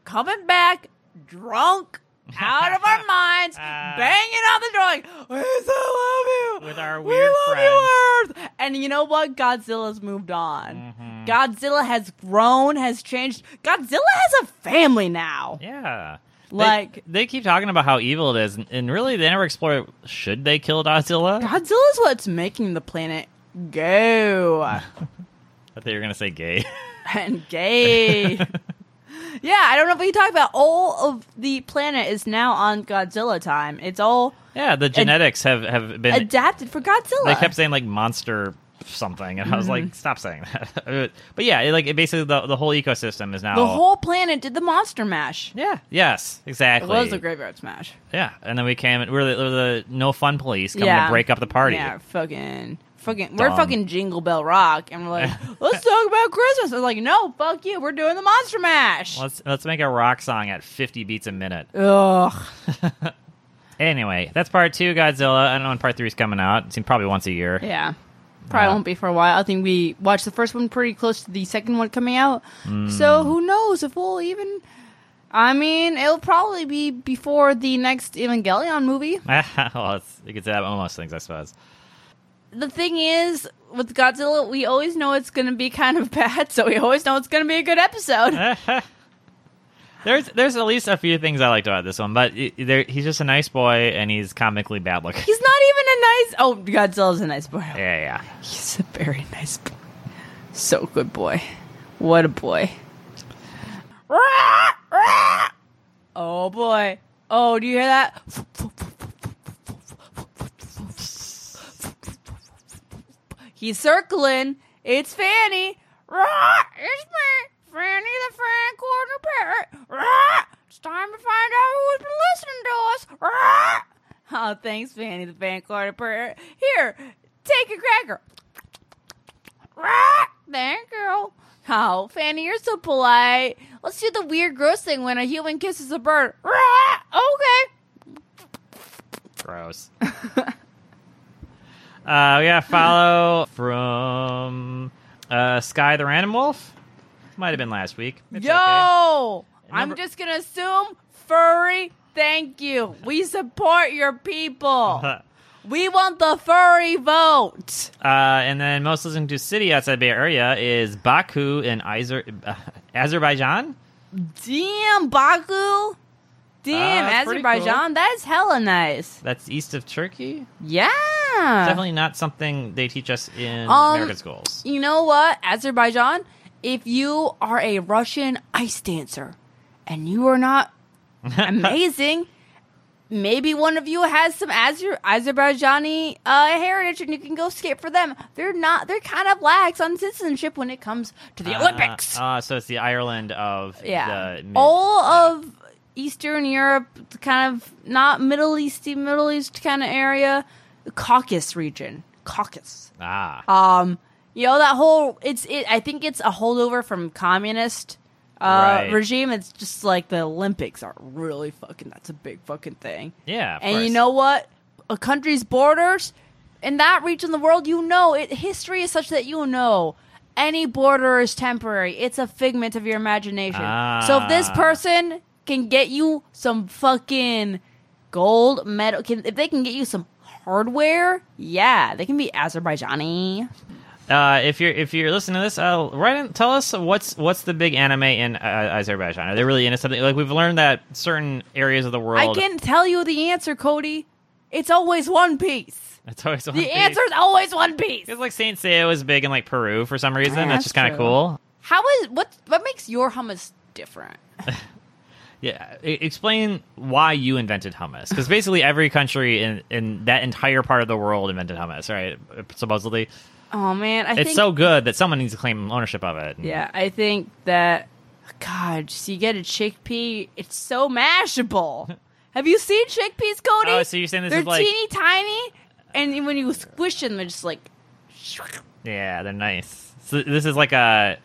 coming back drunk out of our minds,
Ah.
banging on the door like, we still love you.
With our
we
weird
love
friends." Mm-hmm.
you, Earth. And you know what? Godzilla's moved on. Godzilla has grown, has changed. Godzilla has a family now.
Yeah. They-
Like-
they, keep talking about how evil it is, and, and really they never explore should they kill Godzilla.
Godzilla's what's making the planet go.
I thought you were gonna say gay.
and gay. yeah, I don't know what you talk about. All of the planet is now on Godzilla time. It's all
yeah, the genetics have have been.
adapted for Godzilla.
they kept saying like monster something, and I was
Mm-hmm.
like, stop saying that. but yeah, it, like it basically the the whole ecosystem is now
the whole planet did the monster mash.
"Oh." Yeah. Yes.
It
Exactly.
was a graveyard smash.
Yeah, and then we came. We were the, we were the no fun police coming
yeah,
to break up the party.
Yeah, fucking. Fucking,
Dumb.
we're fucking Jingle Bell Rock, and we're like, let's talk about Christmas. I was like, no, fuck you, we're doing the Monster Mash.
Let's let's make a rock song at 50 beats a minute.
Ugh.
Anyway, that's part two, Godzilla. I don't know when part three is coming out. It's probably once a year.
Yeah. Probably
Yeah.
won't be for a while. I think we watched the first one pretty close to the second one coming out. So who knows if we'll even. I mean, it'll probably be before the next Evangelion movie.
well, it's, you could say that about most things, I suppose.
The thing is, with Godzilla, we always know it's going to be kind of bad, so we always know it's going to be a good episode.
There's there's at least a few things I liked about this one, but it, there, he's just a nice boy and he's comically bad looking.
He's not even a nice. Oh, Godzilla's a nice boy.
yeah, yeah.
He's a very nice boy. So good boy. What a boy. Oh boy. Oh, do you hear that? He's circling. It's Fanny. It's me, Fanny the Fan Corner Parrot. It's time to find out who's been listening to us. Oh, thanks, Fanny the Fan Corner Parrot. Here, take a cracker. Thank you. Oh, Fanny, you're so polite. Let's do the weird gross thing when a human kisses a bird. Okay.
Gross. uh, we got to follow from uh, Sky the Random Wolf. Might have been last week. It's okay.
Yo, I'm
Number-
just gonna assume furry. Thank you. We support your people. we want the furry vote.
Uh, and then most listening to city outside Bay Area is Baku in Azer- uh, Azerbaijan.
Damn, Baku. Damn,
Ah, that's pretty
Azerbaijan. That is hella nice.
That's east of Turkey.
Yeah.
Definitely not something they teach us in
Uh. Um,
American schools.
You know what, Azerbaijan? If you are a Russian ice dancer and you are not amazing, maybe one of you has some Azer- Azerbaijani uh, heritage and you can go skate for them. They're not, they're kind of lax on citizenship when it comes to the
Uh,
Olympics.
Uh, so it's the Ireland of
yeah.
the mid-
All of Eastern Europe, kind of not Middle Easty, Middle East kind of area, Caucasus region. Caucasus.
ah
Um, you know that whole it's it. I think it's a holdover from communist uh,
Right.
regime. It's just like the Olympics are really fucking. That's a big fucking thing.
yeah. of
and you
course.
know what? A country's borders in that region of the world, you know, it history is such that you know. Any border is temporary. It's a figment of your imagination. So if this
Ah.
person can get you some fucking gold medal, can, if they can get you some hardware, yeah, they can be Azerbaijani.
Uh, if you're if you're listening to this, uh, write in, tell us what's what's the big anime in uh, Azerbaijan. Are they really into something? Like we've learned that certain areas of the
I
world,
can't tell you the answer, Cody. It's always One Piece.
it's always one
The
piece.
answer's always One Piece.
Because like Saint Seiya was big in like Peru for some reason.
Yeah,
That's just
that's
kind of
true.
cool.
How is what? What makes your hummus different?
Yeah, e- explain why you invented hummus. Because basically every country in in that entire part of the world invented hummus, right? Supposedly.
Oh man, I
it's
think
so good that someone needs to claim ownership of it.
yeah. I think that God, so you get a chickpea. It's so mashable. Have you seen chickpeas, Cody?
Oh, so you're saying this
they're
is like-
teeny tiny, and when you squish them, they're just like.
Yeah, they're nice. So this is like a.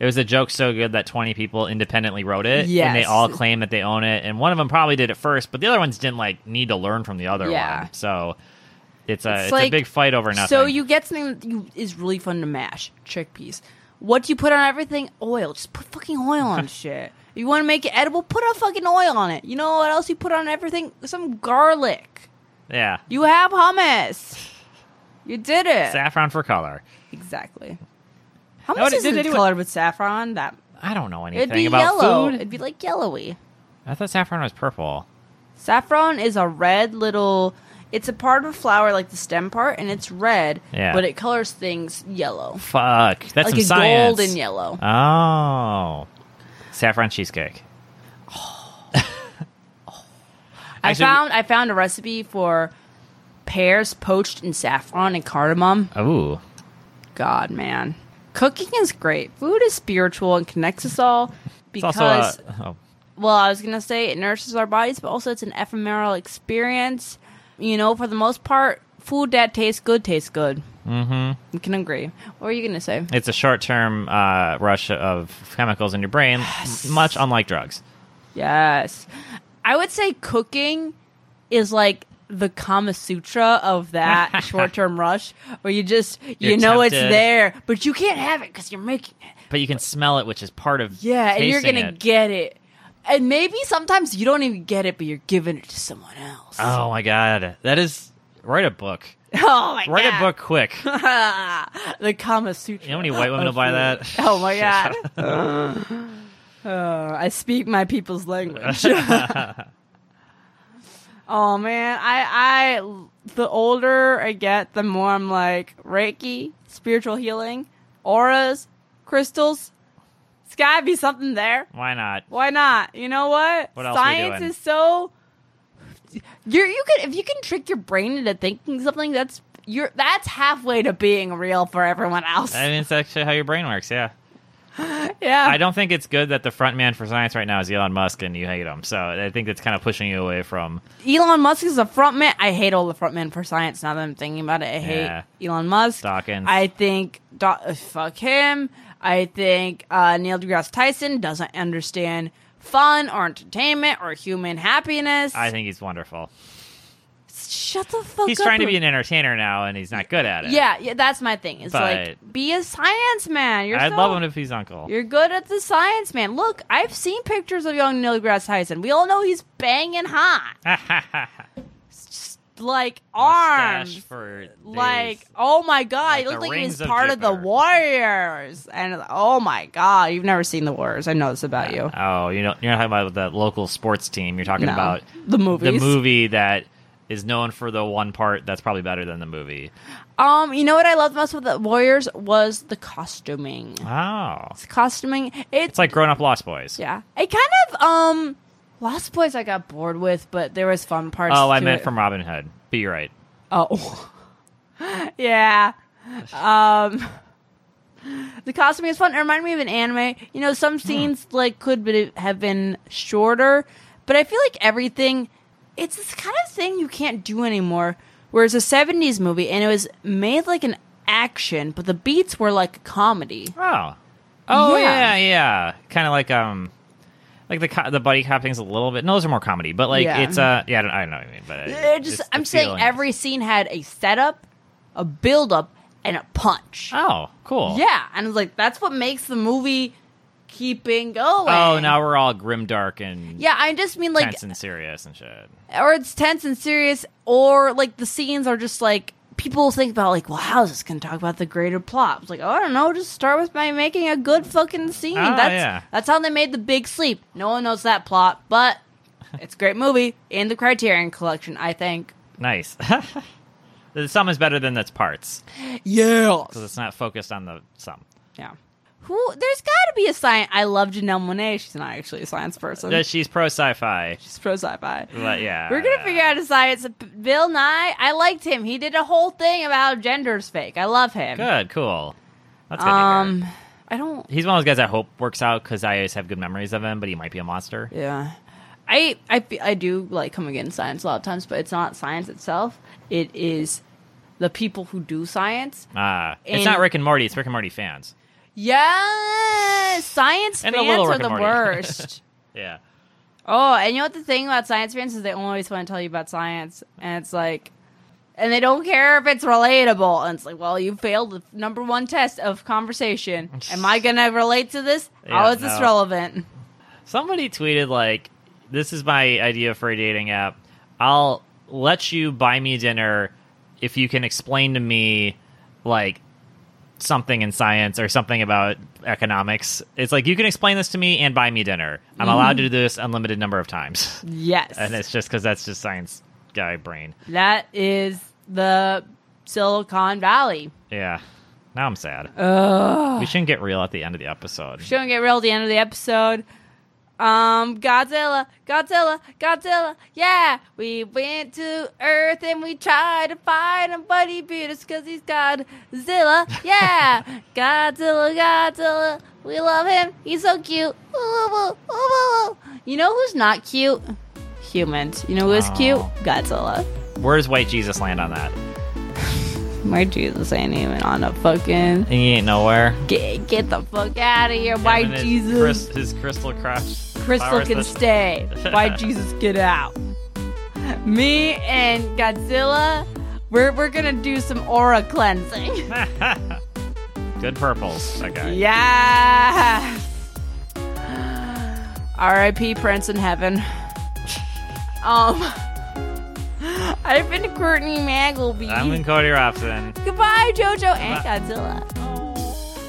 It was a joke so good that 20 people independently wrote it, and they
Yes.
all claim that they own it. And one of them probably did it first, but the other ones didn't like need to learn from the other
Yeah.
one. So it's a
It's
it's, a
like-
big fight over nothing.
So you get something that you, is really fun to mash chickpeas. What do you put on everything? Oil. Just put fucking oil on shit. You want to make it edible? Put a fucking oil on it. You know what else you put on everything? Some garlic.
yeah,
You have hummus. You did it
saffron for color.
exactly. How
No,
much
it-
is
did
it
anyone-
colored with saffron? That
I don't know anything
it'd be
about
yellow.
food.
It'd be like yellowy.
I thought saffron was purple.
Saffron is a red little. It's a part of a flower, like the stem part, and it's red.
Yeah.
But it colors things yellow,
Fuck, that's
like
some
a
science.
golden yellow.
Oh, saffron cheesecake.
I
Actually-
found I found a recipe for pears poached in saffron and cardamom.
Ooh,
God, man, cooking is great. Food is spiritual and connects us all.
it's
Because
also a, oh,
well, I was gonna say it nourishes our bodies, but also it's an ephemeral experience. You know, for the most part, food that tastes good tastes good. Mm-hmm. You can agree. What are you gonna say?
it's a short-term uh, rush of chemicals in your brain, m- much unlike drugs.
Yes, I would say cooking is like the Kama Sutra of that short-term rush, where you just you
You're
know it's
tempted.
there, but you can't have it because you're making it.
But you can smell it, which is part of
Yeah, and you're
tasting
gonna
it.
get it. And maybe sometimes you don't even get it, but you're giving it to someone else.
Oh my god, that is write a book.
Oh my
Write
god!
a book quick. You
Uh, the Kama Sutra.
know how many white women will buy that?
Oh my god! Uh, I speak my people's language. oh man, I I the older I get, the more I'm like Reiki, spiritual healing, auras, crystals. It's gotta be something there.
Why not?
Why not? You know what?
What else we
Science
doing?
is so. You're you can if you can trick your brain into thinking something that's you're that's halfway to being real for everyone else.
I mean, it's actually how your brain works. Yeah,
yeah,
I don't think it's good that the front man for science right now is Elon Musk, and you hate him. So I think that's kind of pushing you away from.
Elon Musk is a front man. I hate all the front men for science. Now that I'm thinking about it, I hate Elon Musk.
Dawkins.
I think Do- uh, fuck him. I think uh, Neil deGrasse Tyson doesn't understand fun or entertainment or human happiness.
I think he's wonderful.
shut the fuck.
He's
up
trying to
Ru-
be an entertainer now, and he's not good at it.
Yeah, yeah, that's my thing. It's like
But-
be a science man. You're
I'd
so-
love him if he's uncle.
You're good at the science man. Look, I've seen pictures of young Neil deGrasse Tyson. We all know he's banging hot, Just, like
Mustache
arms.
for days.
Like, oh my god,
Like
he looked
the
like he was
rings of
part of the
Jupiter.
Warriors. And oh my god, you've never seen the Warriors. I know this about you.
Oh, you know, you're not talking about the local sports team. You're talking
No.
about
The movies.
the movie that is known for the one part that's probably better than the movie.
Um, you know what I loved most about the Warriors was the costuming.
Oh,
It's costuming. It's
it's like grown up Lost Boys.
Yeah, I kind of um Lost Boys I got bored with, but there was fun parts.
Oh, I
to
meant
it.
from Robin Hood. But you're right.
oh yeah. Um, the costuming is fun. It reminded me of an anime. You know,
Hmm.
some scenes like could be, have been shorter, but I feel like everything. It's this kind of thing you can't do anymore. Whereas a '70s movie, and it was made like an action, but the beats were like a comedy.
Oh, oh
Yeah.
yeah, yeah. Kind of like um, like the co- the buddy cop thing's a little bit. No, those are more comedy. But like
Yeah.
it's uh, yeah, I don't, I don't know what you mean. But
It just
it's the
I'm saying
feeling.
every scene had a setup, a build up, and a punch.
Oh, cool.
Yeah, and it's like that's what makes the movie keeping going.
Oh, now we're all grim, dark, and
Yeah, I just mean like
tense and serious and shit.
or it's tense and serious or like the scenes are just like people think about like, well, how's this gonna talk about the greater plot? It's like, oh I don't know, just start with by making a good fucking scene.
Ah,
that's
yeah.
that's how they made the big sleep. No one knows that plot, but it's a great movie in the Criterion collection, I think.
Nice. the sum is better than its parts
Yeah.
because it's not focused on the sum.
Yeah. Who? There's got to be a science. I love Janelle Monet. She's not actually a science person.
That she's pro sci-fi.
She's pro sci-fi.
But yeah,
Um, We're gonna figure out a science. Bill Nye, I liked him. He did a whole thing about gender's fake. I love him.
Good, cool. That's good. to hear.
Um, I don't.
he's one of those guys I hope works out because I always have good memories of him, but he might be a monster.
Yeah. I, I fe- I do like coming in science a lot of times, but it's not science itself. It is the people who do science.
Ah, it's
And-
not Rick and Morty. It's Rick and Morty fans.
Yes, science
And a
fans
little
are
Rick
the
and Morty.
worst.
Yeah,
Oh, and you know what the thing about science fans is they only always want to tell you about science, and it's like, and they don't care if it's relatable. And it's like, well, you failed the number one test of conversation. Am I gonna relate to this? How
Yeah,
is this
no.
relevant?
somebody tweeted like, "This is my idea for a dating app. I'll let you buy me dinner if you can explain to me like something in science or something about economics. It's like you can explain this to me and buy me dinner. I'm
Mm-hmm.
allowed to do this unlimited number of times,
Yes,
and it's just because that's just science guy brain.
that is the Silicon Valley.
Yeah." Now I'm sad. We shouldn't get real at the end of the episode.
She don't get real at the end of the episode. Um, Godzilla, Godzilla, Godzilla, yeah. We went to Earth and we tried to find him, but he beat us because he's Godzilla, yeah. Godzilla, Godzilla, we love him. He's so cute. Woo, woo, woo, woo, woo, woo. You know who's not cute? Humans. You know who is cute?
Oh.
Godzilla.
Where does White Jesus land on that?
My Jesus ain't even on a fucking.
He ain't nowhere.
Get, get the fuck out of here, white
Him and his
Jesus.
crys- his crystal crush.
Crystal
powers
can
that-
stay. Why Jesus get out? Me and Godzilla, we're we're gonna do some aura cleansing.
Good purples. That guy.
Yes. R.I.P. Prince in heaven. Um, I've been Courtney Magleby.
I'm in Cody Robson.
Goodbye, JoJo and Godzilla.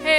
Hey